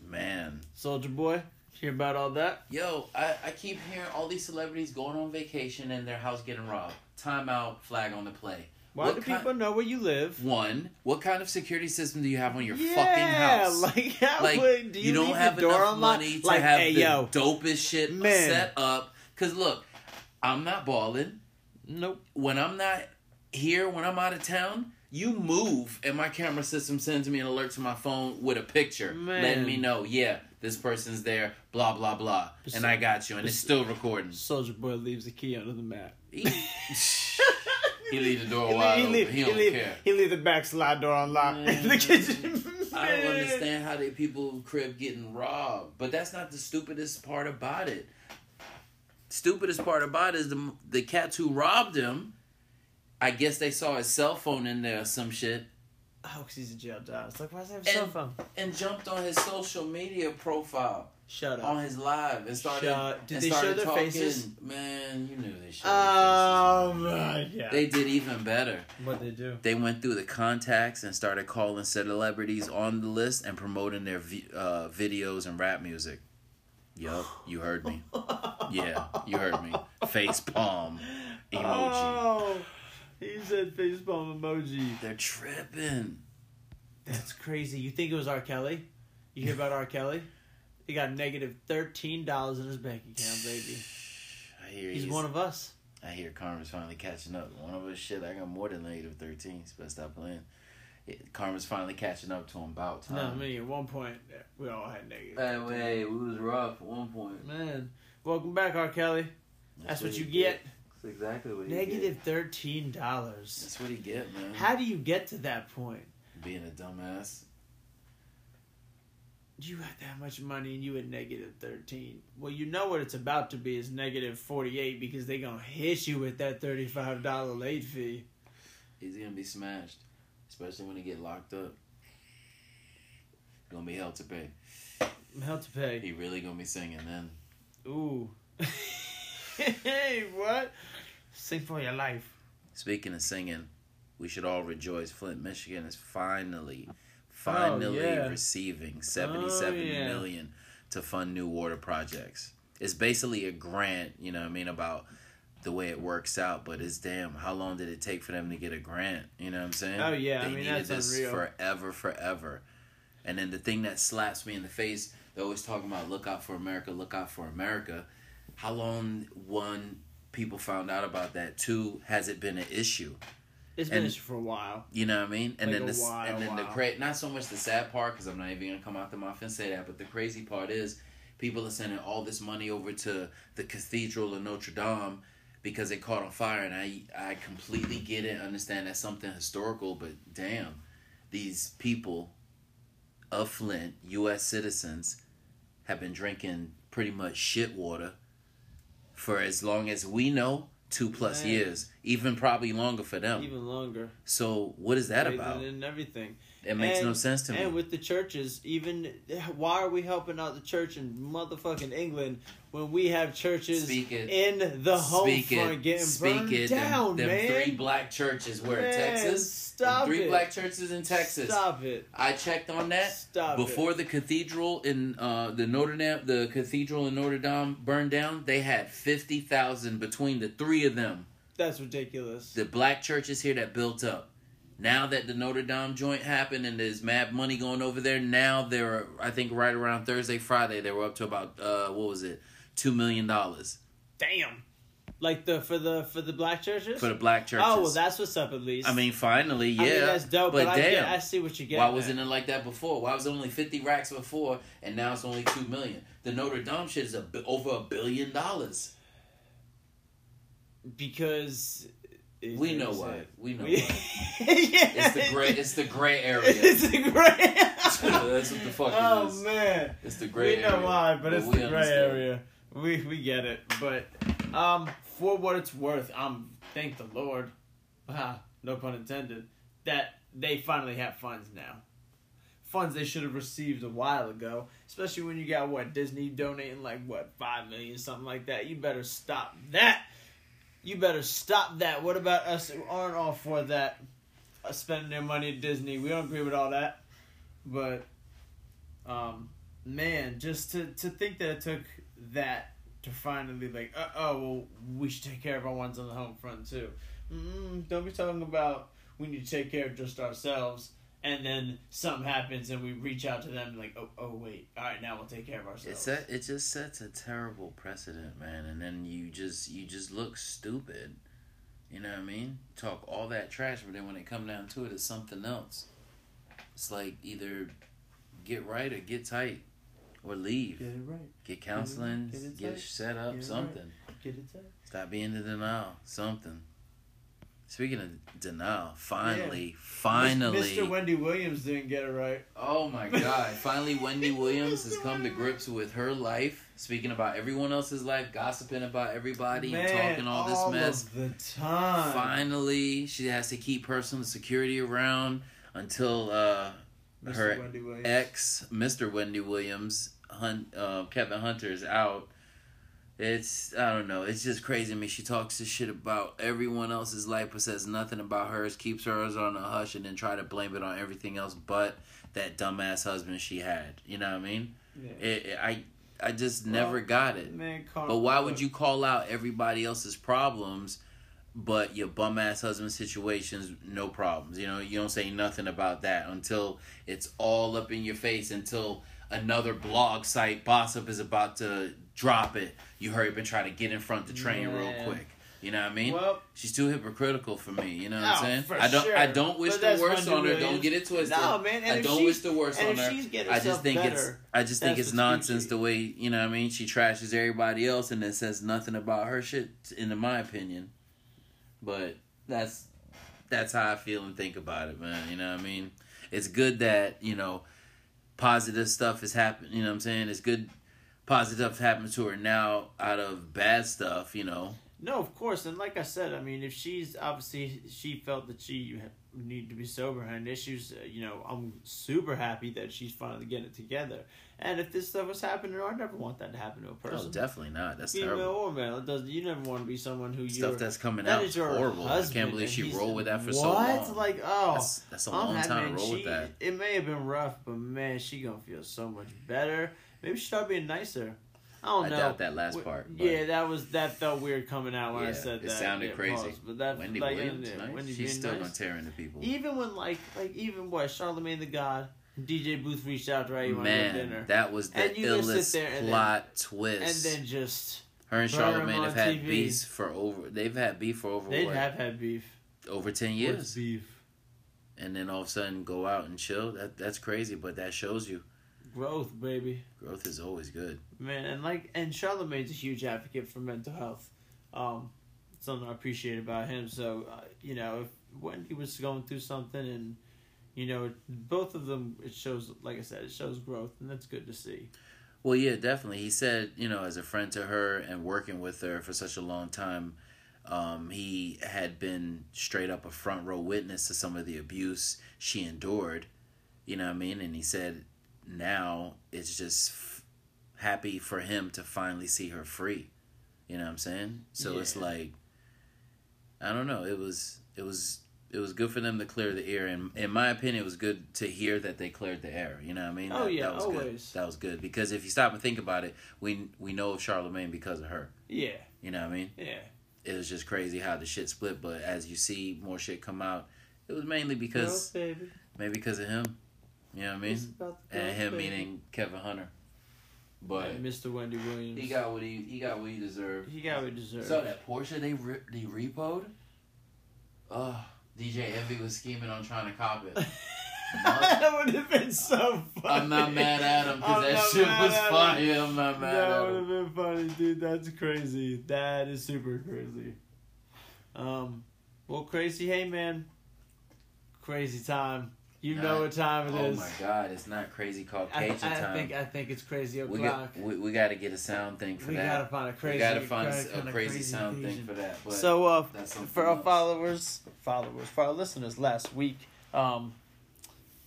Speaker 3: Man.
Speaker 4: Soldier boy, hear about all that?
Speaker 3: Yo, I, I keep hearing all these celebrities going on vacation and their house getting robbed. Timeout, flag on the play.
Speaker 4: Why
Speaker 3: What
Speaker 4: do
Speaker 3: kind-
Speaker 4: people know where you live?
Speaker 3: One, what kind of security system do you have on your
Speaker 4: Yeah,
Speaker 3: fucking house?
Speaker 4: (laughs) Like, how
Speaker 3: like
Speaker 4: would, do you,
Speaker 3: you, don't
Speaker 4: leave
Speaker 3: have
Speaker 4: the door
Speaker 3: enough
Speaker 4: unlocked?
Speaker 3: money to
Speaker 4: like,
Speaker 3: have
Speaker 4: hey,
Speaker 3: the
Speaker 4: yo,
Speaker 3: dopest shit
Speaker 4: Man.
Speaker 3: set up. Cause look, I'm not balling.
Speaker 4: nope.
Speaker 3: When I'm not here, when I'm out of town, you move, and my camera system sends me an alert to my phone with a picture,
Speaker 4: Man.
Speaker 3: letting me know, yeah, this person's there. Blah blah blah, and I got you, and it's still
Speaker 4: (laughs)
Speaker 3: recording.
Speaker 4: Soldier boy leaves the key under
Speaker 3: (laughs)
Speaker 4: the mat.
Speaker 3: he leave the door wide
Speaker 4: (laughs) he
Speaker 3: open.
Speaker 4: leave,
Speaker 3: he
Speaker 4: he
Speaker 3: don't
Speaker 4: leave,
Speaker 3: care.
Speaker 4: he leave the back slide door unlocked in the
Speaker 3: Man.
Speaker 4: kitchen.
Speaker 3: I
Speaker 4: (laughs)
Speaker 3: don't
Speaker 4: Man.
Speaker 3: understand how they people crib getting robbed, but that's not the stupidest part about it. Stupidest part about it is the the cats who robbed him. I guess they saw his cell phone in there or some shit
Speaker 4: Oh, 'cause he's a jail dog. It's like, why does he have a cell
Speaker 3: And-
Speaker 4: phone?
Speaker 3: and jumped on his social media profile
Speaker 4: Shut up.
Speaker 3: on his live and started.
Speaker 4: Shut- did
Speaker 3: and
Speaker 4: they show
Speaker 3: started
Speaker 4: their
Speaker 3: talking.
Speaker 4: faces?
Speaker 3: Man, you knew they showed. their
Speaker 4: Oh my god.
Speaker 3: faces. They did even better.
Speaker 4: what they do?
Speaker 3: They went through the contacts and started calling celebrities on the list and promoting their vi- uh, videos and rap music. Yup, you heard me. Yeah, you heard me. Face palm emoji.
Speaker 4: Oh, he said facepalm emoji.
Speaker 3: They're tripping.
Speaker 4: That's crazy. You think it was R. Kelly? You hear about R. Kelly? He got negative thirteen dollars in his bank account, Oh, baby.
Speaker 3: I hear
Speaker 4: He's
Speaker 3: he's-
Speaker 4: one of us.
Speaker 3: I hear Karma's finally catching up. One of us shit. I got more than negative thirteen. So better stop playing. It, Karma's finally catching up to him. About
Speaker 4: No, I
Speaker 3: time.
Speaker 4: mean at one point we all had negative.
Speaker 3: hey, wait, we was rough at one point.
Speaker 4: Man, welcome back, R. Kelly. That's, what, you get.
Speaker 3: That's exactly what you
Speaker 4: Negative
Speaker 3: get.
Speaker 4: thirteen dollars.
Speaker 3: That's what he get, man.
Speaker 4: How do you get to that point?
Speaker 3: Being a dumbass.
Speaker 4: You got that much money and you at negative thirteen. Well, you know what it's about to be is negative forty eight because they gonna hit you with that thirty five dollar late fee.
Speaker 3: He's gonna be smashed, especially when he get locked up. Gonna be hell to pay.
Speaker 4: Hell to pay.
Speaker 3: He really gonna be singing then.
Speaker 4: Ooh. (laughs) hey, what? Sing for your life.
Speaker 3: Speaking of singing, we should all rejoice. Flint, Michigan is finally, finally
Speaker 4: Oh, yeah. Oh,
Speaker 3: receiving seventy-seven million
Speaker 4: yeah.
Speaker 3: to fund new water projects. It's basically a grant, you know what I mean, about the way it works out, but it's damn, how long did it take for them to get a grant? You know what I'm saying?
Speaker 4: Oh, yeah, I
Speaker 3: They
Speaker 4: mean,
Speaker 3: needed
Speaker 4: that's
Speaker 3: this
Speaker 4: unreal.
Speaker 3: forever, forever. And then the thing that slaps me in the face, they're always talking about look out for America, look out for America. How long one people found out about that? Two, has it been an issue?
Speaker 4: It's been
Speaker 3: And-
Speaker 4: this for a while.
Speaker 3: You know what I mean? And
Speaker 4: Like
Speaker 3: then the
Speaker 4: a
Speaker 3: s-
Speaker 4: while,
Speaker 3: and then the
Speaker 4: while.
Speaker 3: cra- not so much the sad part because I'm not even gonna come out the mouth and say that, but the crazy part is people are sending all this money over to the cathedral of Notre Dame because it caught on fire, and I I completely get it, understand that's something historical, but damn, these people of Flint, U.S. citizens, have been drinking pretty much shit water for as long as we know two plus
Speaker 4: Man.
Speaker 3: years, even probably longer for them.
Speaker 4: even longer.
Speaker 3: so what is that
Speaker 4: Prison
Speaker 3: about?
Speaker 4: and everything.
Speaker 3: It makes
Speaker 4: And-
Speaker 3: no sense to me.
Speaker 4: And with the churches, even why are we helping out the church in motherfucking England when we have churches
Speaker 3: Speak it.
Speaker 4: in the home front getting burned
Speaker 3: them-
Speaker 4: down,
Speaker 3: them,
Speaker 4: man?
Speaker 3: three black churches where
Speaker 4: Man,
Speaker 3: Texas,
Speaker 4: stop
Speaker 3: three
Speaker 4: it.
Speaker 3: black churches in Texas.
Speaker 4: Stop it.
Speaker 3: I checked on that
Speaker 4: Stop it.
Speaker 3: before the cathedral in uh, the Notre Dame, the cathedral in Notre Dame burned down. They had fifty thousand between the three of them.
Speaker 4: That's ridiculous.
Speaker 3: The black churches here that built up. Now that the Notre Dame joint happened and there's mad money going over there, now they're I think right around Thursday, Friday they were up to about uh, what was it, two million dollars
Speaker 4: Damn. Like the for the for the black churches.
Speaker 3: for the black churches.
Speaker 4: Oh well, that's what's up at least.
Speaker 3: I mean, finally, yeah.
Speaker 4: I mean, that's dope. But,
Speaker 3: But,
Speaker 4: I,
Speaker 3: damn,
Speaker 4: get, I see what you get.
Speaker 3: why wasn't it like that before? Why was it only fifty racks before, and now it's only two million? The Notre Dame shit is a bi- over a billion dollars.
Speaker 4: Because it-
Speaker 3: We know
Speaker 4: it's
Speaker 3: why.
Speaker 4: it.
Speaker 3: We know
Speaker 4: We-
Speaker 3: why.
Speaker 4: (laughs) yeah.
Speaker 3: It's the gray. It's the gray area.
Speaker 4: (laughs) It's the gray.
Speaker 3: (laughs) That's what the fuck it
Speaker 4: oh
Speaker 3: is.
Speaker 4: man.
Speaker 3: It's the gray.
Speaker 4: we know
Speaker 3: area.
Speaker 4: why, but it's
Speaker 3: we
Speaker 4: the gray
Speaker 3: understand.
Speaker 4: area. We we get it, but um, for what it's worth, I'm thank the Lord, (laughs) ah, no pun intended, that they finally have funds now. Funds they should have received a while ago, especially when you got what Disney donating like what five million something like that. You better stop that. You better stop that. What about us who aren't all for that? Uh, spending their money at Disney. We don't agree with all that, but um, man, just to to think that it took that to finally like, uh oh, well, we should take care of our ones on the home front too. Mm, don't be talking about we need to take care of just ourselves, and then something happens and we reach out to them and like, oh, oh wait, all right, now we'll take care of ourselves.
Speaker 3: It set, it just sets a terrible precedent, man. And then you just you just look stupid. You know what I mean? Talk all that trash, but then when it come down to it, it's something else. It's like either get right or get tight, or leave.
Speaker 4: Get it right.
Speaker 3: Get counseling.
Speaker 4: get it
Speaker 3: Get,
Speaker 4: tight,
Speaker 3: set up.
Speaker 4: get it right.
Speaker 3: something.
Speaker 4: Get it right.
Speaker 3: Stop being in denial. Something. Speaking of denial, finally, finally,
Speaker 4: Mr. Wendy Williams didn't get it right.
Speaker 3: Oh my god. Finally Wendy Williams has come to grips with her life, speaking about everyone else's life, gossiping about everybody and
Speaker 4: Man,
Speaker 3: talking all this mess.
Speaker 4: of the time.
Speaker 3: Finally, she has to keep personal security around until uh
Speaker 4: Mr.
Speaker 3: her
Speaker 4: Wendy Williams.
Speaker 3: ex Mr. Wendy Williams, Hunt, uh, Kevin Hunter is out. It's I don't know. It's just crazy to me. She talks this shit about everyone else's life, but says nothing about hers. Keeps hers on the hush, and then try to blame it on everything else but that dumbass husband she had. You know what I mean?
Speaker 4: Yeah.
Speaker 3: It, it- I I just never got it.
Speaker 4: Man, Carl,
Speaker 3: But why would you call out everybody else's problems, but your bum ass husband's situations, no problems? You know, you don't say nothing about that until it's all up in your face. Until another blog site, Boss Up, is about to drop it. You hurry up and try to get in front of the train
Speaker 4: Man.
Speaker 3: real quick. You know what I mean?
Speaker 4: Well-
Speaker 3: She's too hypocritical for me. You know what
Speaker 4: Oh,
Speaker 3: I'm saying?
Speaker 4: for
Speaker 3: I don't. I
Speaker 4: sure.
Speaker 3: don't wish
Speaker 4: But
Speaker 3: the
Speaker 4: that's
Speaker 3: worst
Speaker 4: Wendy
Speaker 3: on her. Don't
Speaker 4: Williams.
Speaker 3: get it twisted.
Speaker 4: No, man, and
Speaker 3: I
Speaker 4: if
Speaker 3: don't
Speaker 4: she-
Speaker 3: wish the worst
Speaker 4: and
Speaker 3: on
Speaker 4: if
Speaker 3: her.
Speaker 4: she's getting
Speaker 3: I just
Speaker 4: herself
Speaker 3: think it's.
Speaker 4: better,
Speaker 3: I just think
Speaker 4: that's
Speaker 3: it's
Speaker 4: what's huge.
Speaker 3: nonsense the way you know. what I mean, she trashes everybody else and then says nothing about her shit. In my opinion, but that's that's how I feel and think about it, man. You know what I mean? It's good that you know positive stuff is happening. You know what I'm saying? It's good positive stuff happens to her now out of bad stuff. You know.
Speaker 4: No, of course, and like I said, I mean, if she's obviously she felt that she ha- needed to be sober and issues, uh, you know, I'm super happy that she's finally getting it together. And if this stuff was happening, I never want that to happen to a
Speaker 3: Oh,
Speaker 4: person,
Speaker 3: definitely not. That's
Speaker 4: female
Speaker 3: terrible.
Speaker 4: or male. It does you never want to be someone who
Speaker 3: Stuff
Speaker 4: you're.
Speaker 3: that's coming
Speaker 4: that
Speaker 3: out
Speaker 4: is your
Speaker 3: horrible. I
Speaker 4: husband,
Speaker 3: can't believe
Speaker 4: and
Speaker 3: she
Speaker 4: he's-
Speaker 3: rolled with that for
Speaker 4: what?
Speaker 3: so long.
Speaker 4: Like, oh,
Speaker 3: that's, that's a
Speaker 4: I'm
Speaker 3: long
Speaker 4: happy,
Speaker 3: time to
Speaker 4: man.
Speaker 3: roll
Speaker 4: she,
Speaker 3: with that.
Speaker 4: It may have been rough, but man, she gonna feel so much better. Maybe she start being nicer. I don't
Speaker 3: I
Speaker 4: know.
Speaker 3: doubt that last
Speaker 4: Wh-
Speaker 3: part, but-
Speaker 4: Yeah, that was that felt weird coming out when I
Speaker 3: Yeah,
Speaker 4: said
Speaker 3: it
Speaker 4: that.
Speaker 3: sounded
Speaker 4: Yeah,
Speaker 3: crazy.
Speaker 4: pause, but that
Speaker 3: Wendy
Speaker 4: like,
Speaker 3: Williams,
Speaker 4: yeah,
Speaker 3: nice.
Speaker 4: Wendy
Speaker 3: She's
Speaker 4: being
Speaker 3: still
Speaker 4: nice.
Speaker 3: gonna tear into people.
Speaker 4: Even when like like even what Charlemagne the God, DJ Booth reached out to her, you want to go to dinner,
Speaker 3: Man, that was the
Speaker 4: And you just sit
Speaker 3: illest
Speaker 4: there and then-
Speaker 3: plot
Speaker 4: and
Speaker 3: twist.
Speaker 4: then just
Speaker 3: Her and
Speaker 4: burn 'em
Speaker 3: Charlamagne
Speaker 4: on
Speaker 3: have had
Speaker 4: TV.
Speaker 3: beef for over. They've had beef for over
Speaker 4: they'd
Speaker 3: what,
Speaker 4: have had beef.
Speaker 3: over ten
Speaker 4: What's
Speaker 3: years,
Speaker 4: beef,
Speaker 3: and then all of a sudden go out and chill. That that's crazy, but that shows you
Speaker 4: growth, baby.
Speaker 3: growth is always good.
Speaker 4: Man, and like, and Charlemagne's a huge advocate for mental health. Um, something I appreciate about him. So, uh, you know, if Wendy was going through something, and you know, both of them, it shows. Like I said, it shows growth, and that's good to see.
Speaker 3: Well, yeah, definitely. He said, you know, as a friend to her and working with her for such a long time, Um, he had been straight up a front row witness to some of the abuse she endured. You know what I mean? And he said now it's just f- happy for him to finally see her free. You know what I'm saying? So it's
Speaker 4: Yeah.
Speaker 3: like I don't know. It was it was it was good for them to clear the air, and in my opinion, it was good to hear that they cleared the air. You know what I mean?
Speaker 4: Oh,
Speaker 3: that,
Speaker 4: yeah,
Speaker 3: that was
Speaker 4: always.
Speaker 3: Good. That was good because if you stop and think about it, we we know of Charlemagne because of her.
Speaker 4: Yeah,
Speaker 3: You know what I mean?
Speaker 4: yeah,
Speaker 3: It was just crazy how the shit split, but as you see more shit come out, it was mainly because
Speaker 4: Girl, baby.
Speaker 3: maybe because of him. You know what I mean?
Speaker 4: It's about the
Speaker 3: and
Speaker 4: girl,
Speaker 3: him
Speaker 4: baby.
Speaker 3: meaning Kevin Hunter. But
Speaker 4: And Mr. Wendy Williams.
Speaker 3: he got what he he got what he deserved.
Speaker 4: He got what he deserved.
Speaker 3: So that Porsche they re- they repoed. Oh, DJ Envy was scheming on trying to cop it.
Speaker 4: (laughs) that would have been so funny.
Speaker 3: I'm not mad at him
Speaker 4: I'm
Speaker 3: because that
Speaker 4: not
Speaker 3: shit
Speaker 4: mad
Speaker 3: was
Speaker 4: at him.
Speaker 3: funny. I'm not mad
Speaker 4: That
Speaker 3: at
Speaker 4: would
Speaker 3: him.
Speaker 4: have been funny, dude. That's crazy. That is super crazy. Um, well, crazy. Hey, man. Crazy time. You
Speaker 3: Nah,
Speaker 4: know what time it
Speaker 3: Oh
Speaker 4: is.
Speaker 3: my god, it's not crazy
Speaker 4: I,
Speaker 3: Caucasian
Speaker 4: I
Speaker 3: time.
Speaker 4: think I think it's crazy
Speaker 3: we
Speaker 4: o'clock.
Speaker 3: got we, we got to get a sound thing for
Speaker 4: We
Speaker 3: that.
Speaker 4: gotta find a crazy.
Speaker 3: we got to find
Speaker 4: gotta
Speaker 3: a,
Speaker 4: find
Speaker 3: a crazy sound
Speaker 4: Caucasian.
Speaker 3: thing for that. But
Speaker 4: So uh,
Speaker 3: that's something
Speaker 4: for our
Speaker 3: else.
Speaker 4: followers, followers, for our listeners, last week, um,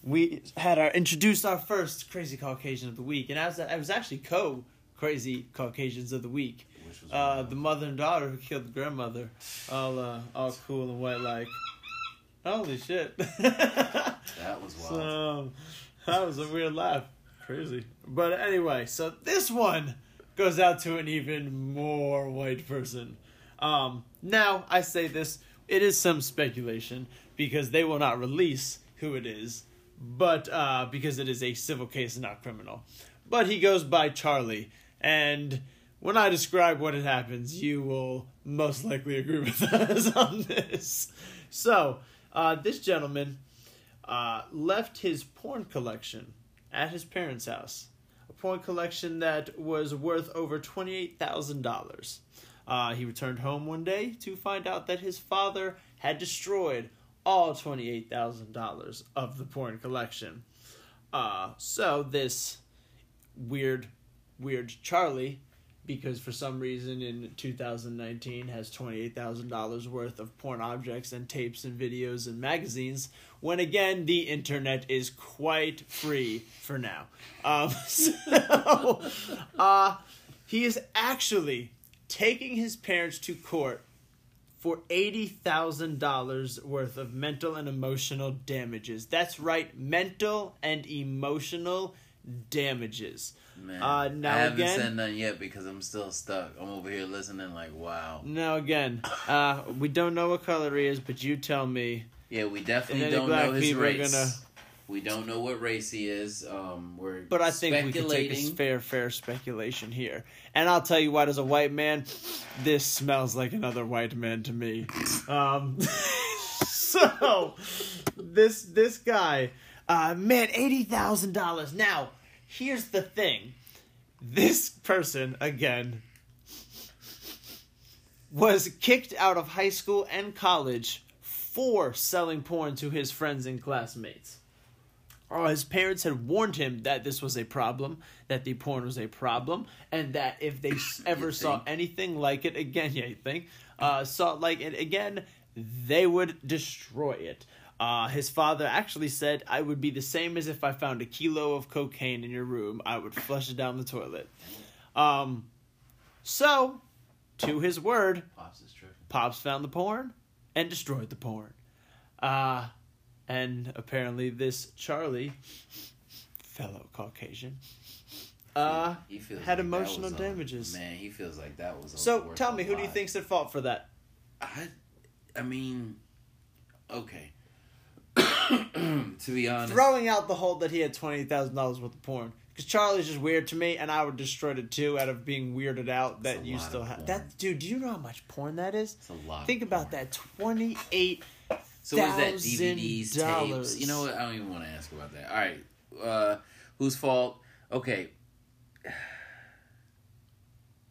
Speaker 4: we had our introduced our first crazy Caucasian of the week, and I was I was actually co crazy Caucasians of the week.
Speaker 3: Which was
Speaker 4: Uh,
Speaker 3: wrong.
Speaker 4: the mother and daughter who killed the grandmother, all uh, all cool and white like. Holy shit! (laughs)
Speaker 3: that was wild.
Speaker 4: So that was a weird laugh. Crazy. But anyway, so this one goes out to an even more white person. Um, now I say this, it is some speculation because they will not release who it is, but uh, because it is a civil case, not criminal. But he goes by Charlie, and when I describe what it happens, you will most likely agree with (laughs) us on this. So uh, this gentleman uh, left his porn collection at his parents' house. A porn collection that was worth over $28,000. Uh, he returned home one day to find out that his father had destroyed all $28,000 of the porn collection. Uh, so this weird, weird Charlie, because for some reason in 2019 has $28,000 worth of porn objects and tapes and videos and magazines, when again, the internet is quite free for now. Um, (laughs) so, uh, he is actually taking his parents to court for $80,000 worth of mental and emotional damages. That's right, mental and emotional damages.
Speaker 3: Man,
Speaker 4: Uh, now
Speaker 3: I haven't
Speaker 4: again-
Speaker 3: said nothing yet because I'm still stuck. I'm over here listening, like, wow.
Speaker 4: Now, again, uh, we don't know what color he is, but you tell me.
Speaker 3: Yeah, we
Speaker 4: And
Speaker 3: definitely
Speaker 4: then the
Speaker 3: don't
Speaker 4: black
Speaker 3: know his
Speaker 4: people are
Speaker 3: race.
Speaker 4: gonna-
Speaker 3: We don't know what race he is. Um, we're
Speaker 4: But I think we can take a
Speaker 3: speculating.
Speaker 4: fair, fair speculation here. And I'll tell you what, as a white man, this smells like another white man to me. Um, (laughs) so this this guy, uh, man, eighty thousand dollars. Now, here's the thing: this person again was kicked out of high school and college for selling porn to his friends and classmates. Oh, his parents had warned him that this was a problem, that the porn was a problem, and that if they s- ever saw
Speaker 3: think?
Speaker 4: anything like it again, yeah, you think, uh, saw it like it again, they would destroy it. Uh, his father actually said, I would be the same as if I found a kilo of cocaine in your room. I would flush it down the toilet. Um, so, to his word,
Speaker 3: Pops is tripping.
Speaker 4: Pops found the porn and destroyed the porn. Uh, and apparently this Charlie, fellow Caucasian, uh,
Speaker 3: He feels like
Speaker 4: had
Speaker 3: that
Speaker 4: emotional
Speaker 3: was a-
Speaker 4: damages.
Speaker 3: man, he feels like that was. A
Speaker 4: so
Speaker 3: worth
Speaker 4: tell
Speaker 3: a
Speaker 4: me, who do you
Speaker 3: lot.
Speaker 4: think's at fault for that?
Speaker 3: I, I mean, okay. (coughs) to be honest,
Speaker 4: Throwing out the whole that he had $28,000 worth of porn. Because Charlie's just weird to me, and I would destroy it too out of being weirded out
Speaker 3: a
Speaker 4: that you
Speaker 3: lot
Speaker 4: still
Speaker 3: of
Speaker 4: have.
Speaker 3: porn.
Speaker 4: That, dude, do you know how much porn that is?
Speaker 3: it's a lot.
Speaker 4: Think
Speaker 3: of
Speaker 4: about
Speaker 3: porn.
Speaker 4: that. 28
Speaker 3: So what is that?
Speaker 4: Thousand
Speaker 3: DVDs,
Speaker 4: dollars.
Speaker 3: tapes. You know what? I don't even want to ask about that. All right, uh, whose fault? Okay, (sighs)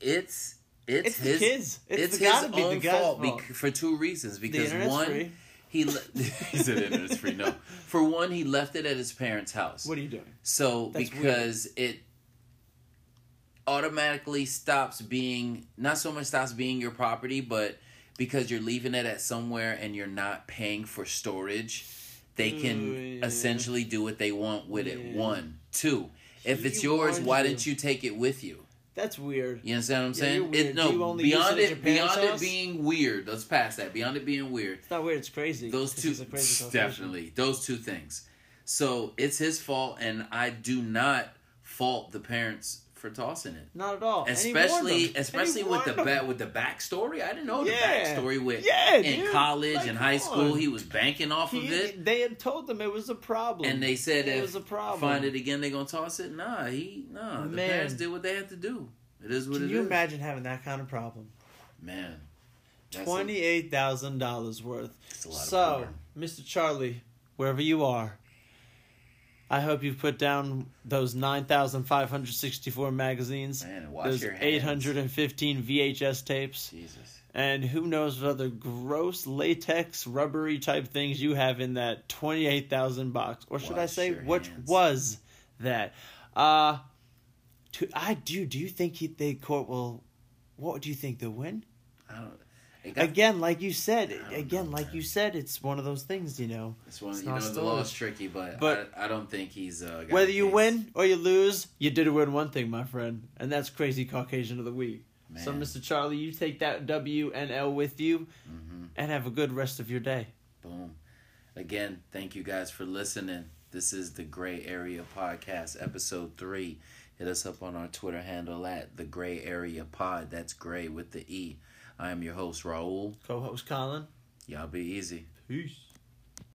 Speaker 3: it's it's,
Speaker 4: It's the
Speaker 3: his
Speaker 4: kids. It's
Speaker 3: It's,
Speaker 4: the-
Speaker 3: his
Speaker 4: gotta be the
Speaker 3: own
Speaker 4: guy's
Speaker 3: fault,
Speaker 4: fault.
Speaker 3: bec- for two reasons. Because
Speaker 4: internet's
Speaker 3: one,
Speaker 4: free.
Speaker 3: he le- (laughs) he said internet's free. No, for one, he left it at his parents' house.
Speaker 4: What are you doing?
Speaker 3: So
Speaker 4: That's
Speaker 3: because it automatically stops being not so much stops being your property, but because you're leaving it at somewhere and you're not paying for storage, they can
Speaker 4: Ooh, yeah.
Speaker 3: essentially do what they want with it.
Speaker 4: Yeah.
Speaker 3: One, two. If it's
Speaker 4: He
Speaker 3: yours,
Speaker 4: warned
Speaker 3: why
Speaker 4: you.
Speaker 3: didn't you take it with you?
Speaker 4: That's weird.
Speaker 3: You understand what I'm
Speaker 4: Yeah, you're
Speaker 3: saying? It,
Speaker 4: weird. Do you
Speaker 3: no,
Speaker 4: only use
Speaker 3: beyond
Speaker 4: it at
Speaker 3: it,
Speaker 4: your parents'
Speaker 3: beyond it
Speaker 4: house?
Speaker 3: being weird. Let's pass that. Beyond it being weird,
Speaker 4: It's not weird. It's crazy.
Speaker 3: those
Speaker 4: 'cause
Speaker 3: two
Speaker 4: he's a crazy Caucasian.
Speaker 3: definitely those two things. So it's his fault, and I do not fault the parents for tossing it.
Speaker 4: Not at all. And he warned
Speaker 3: Especially,
Speaker 4: them. And he
Speaker 3: especially with
Speaker 4: warned
Speaker 3: the
Speaker 4: them.
Speaker 3: back with the backstory. I didn't know the
Speaker 4: Yeah.
Speaker 3: backstory with
Speaker 4: Yeah,
Speaker 3: in
Speaker 4: dude.
Speaker 3: college
Speaker 4: Like,
Speaker 3: and high
Speaker 4: come
Speaker 3: school.
Speaker 4: on.
Speaker 3: He was banking off of
Speaker 4: He-
Speaker 3: it,
Speaker 4: They had told them it was a problem.
Speaker 3: and they said
Speaker 4: It
Speaker 3: if
Speaker 4: was a problem.
Speaker 3: find it again, they gonna toss it. Nah, he nah. The
Speaker 4: Man.
Speaker 3: parents did what they had to do. It is what it
Speaker 4: Can
Speaker 3: is.
Speaker 4: you imagine having that kind of problem?
Speaker 3: man? that's a-
Speaker 4: Twenty-eight thousand dollars worth.
Speaker 3: It's a lot of
Speaker 4: So,
Speaker 3: porn.
Speaker 4: Mr. Charlie, wherever you are, I hope you've put down those nine thousand five hundred sixty-four magazines,
Speaker 3: Man, wash
Speaker 4: those
Speaker 3: your hands.
Speaker 4: eight hundred and fifteen VHS tapes,
Speaker 3: Jesus.
Speaker 4: and who knows what other gross latex rubbery type things you have in that 28,000 box or should I
Speaker 3: Wash
Speaker 4: say
Speaker 3: your
Speaker 4: which
Speaker 3: hands.
Speaker 4: was that uh to, I do do you think he, the court will what do you think they'll win
Speaker 3: I don't. It got-
Speaker 4: again like you said
Speaker 3: don't
Speaker 4: again
Speaker 3: know,
Speaker 4: like
Speaker 3: man.
Speaker 4: you said it's one of those things you know
Speaker 3: It's one.
Speaker 4: It's
Speaker 3: you know,
Speaker 4: not
Speaker 3: the
Speaker 4: storage.
Speaker 3: law's tricky, but,
Speaker 4: But-
Speaker 3: I, I don't think he's. Uh, got
Speaker 4: whether
Speaker 3: a
Speaker 4: you
Speaker 3: case.
Speaker 4: win or you lose you did win one thing my friend and that's crazy Caucasian of the week so
Speaker 3: Man.
Speaker 4: Mr. Charlie you take that W and L with you
Speaker 3: Mm-hmm.
Speaker 4: and have a good rest of your day
Speaker 3: boom. Again, thank you guys for listening. This is the Gray Area Podcast, episode three. Hit us up on our Twitter handle at the Gray Area Pod. That's Gray with the E. I am your host Raul.
Speaker 4: co-host Colin
Speaker 3: Y'all be easy.
Speaker 4: peace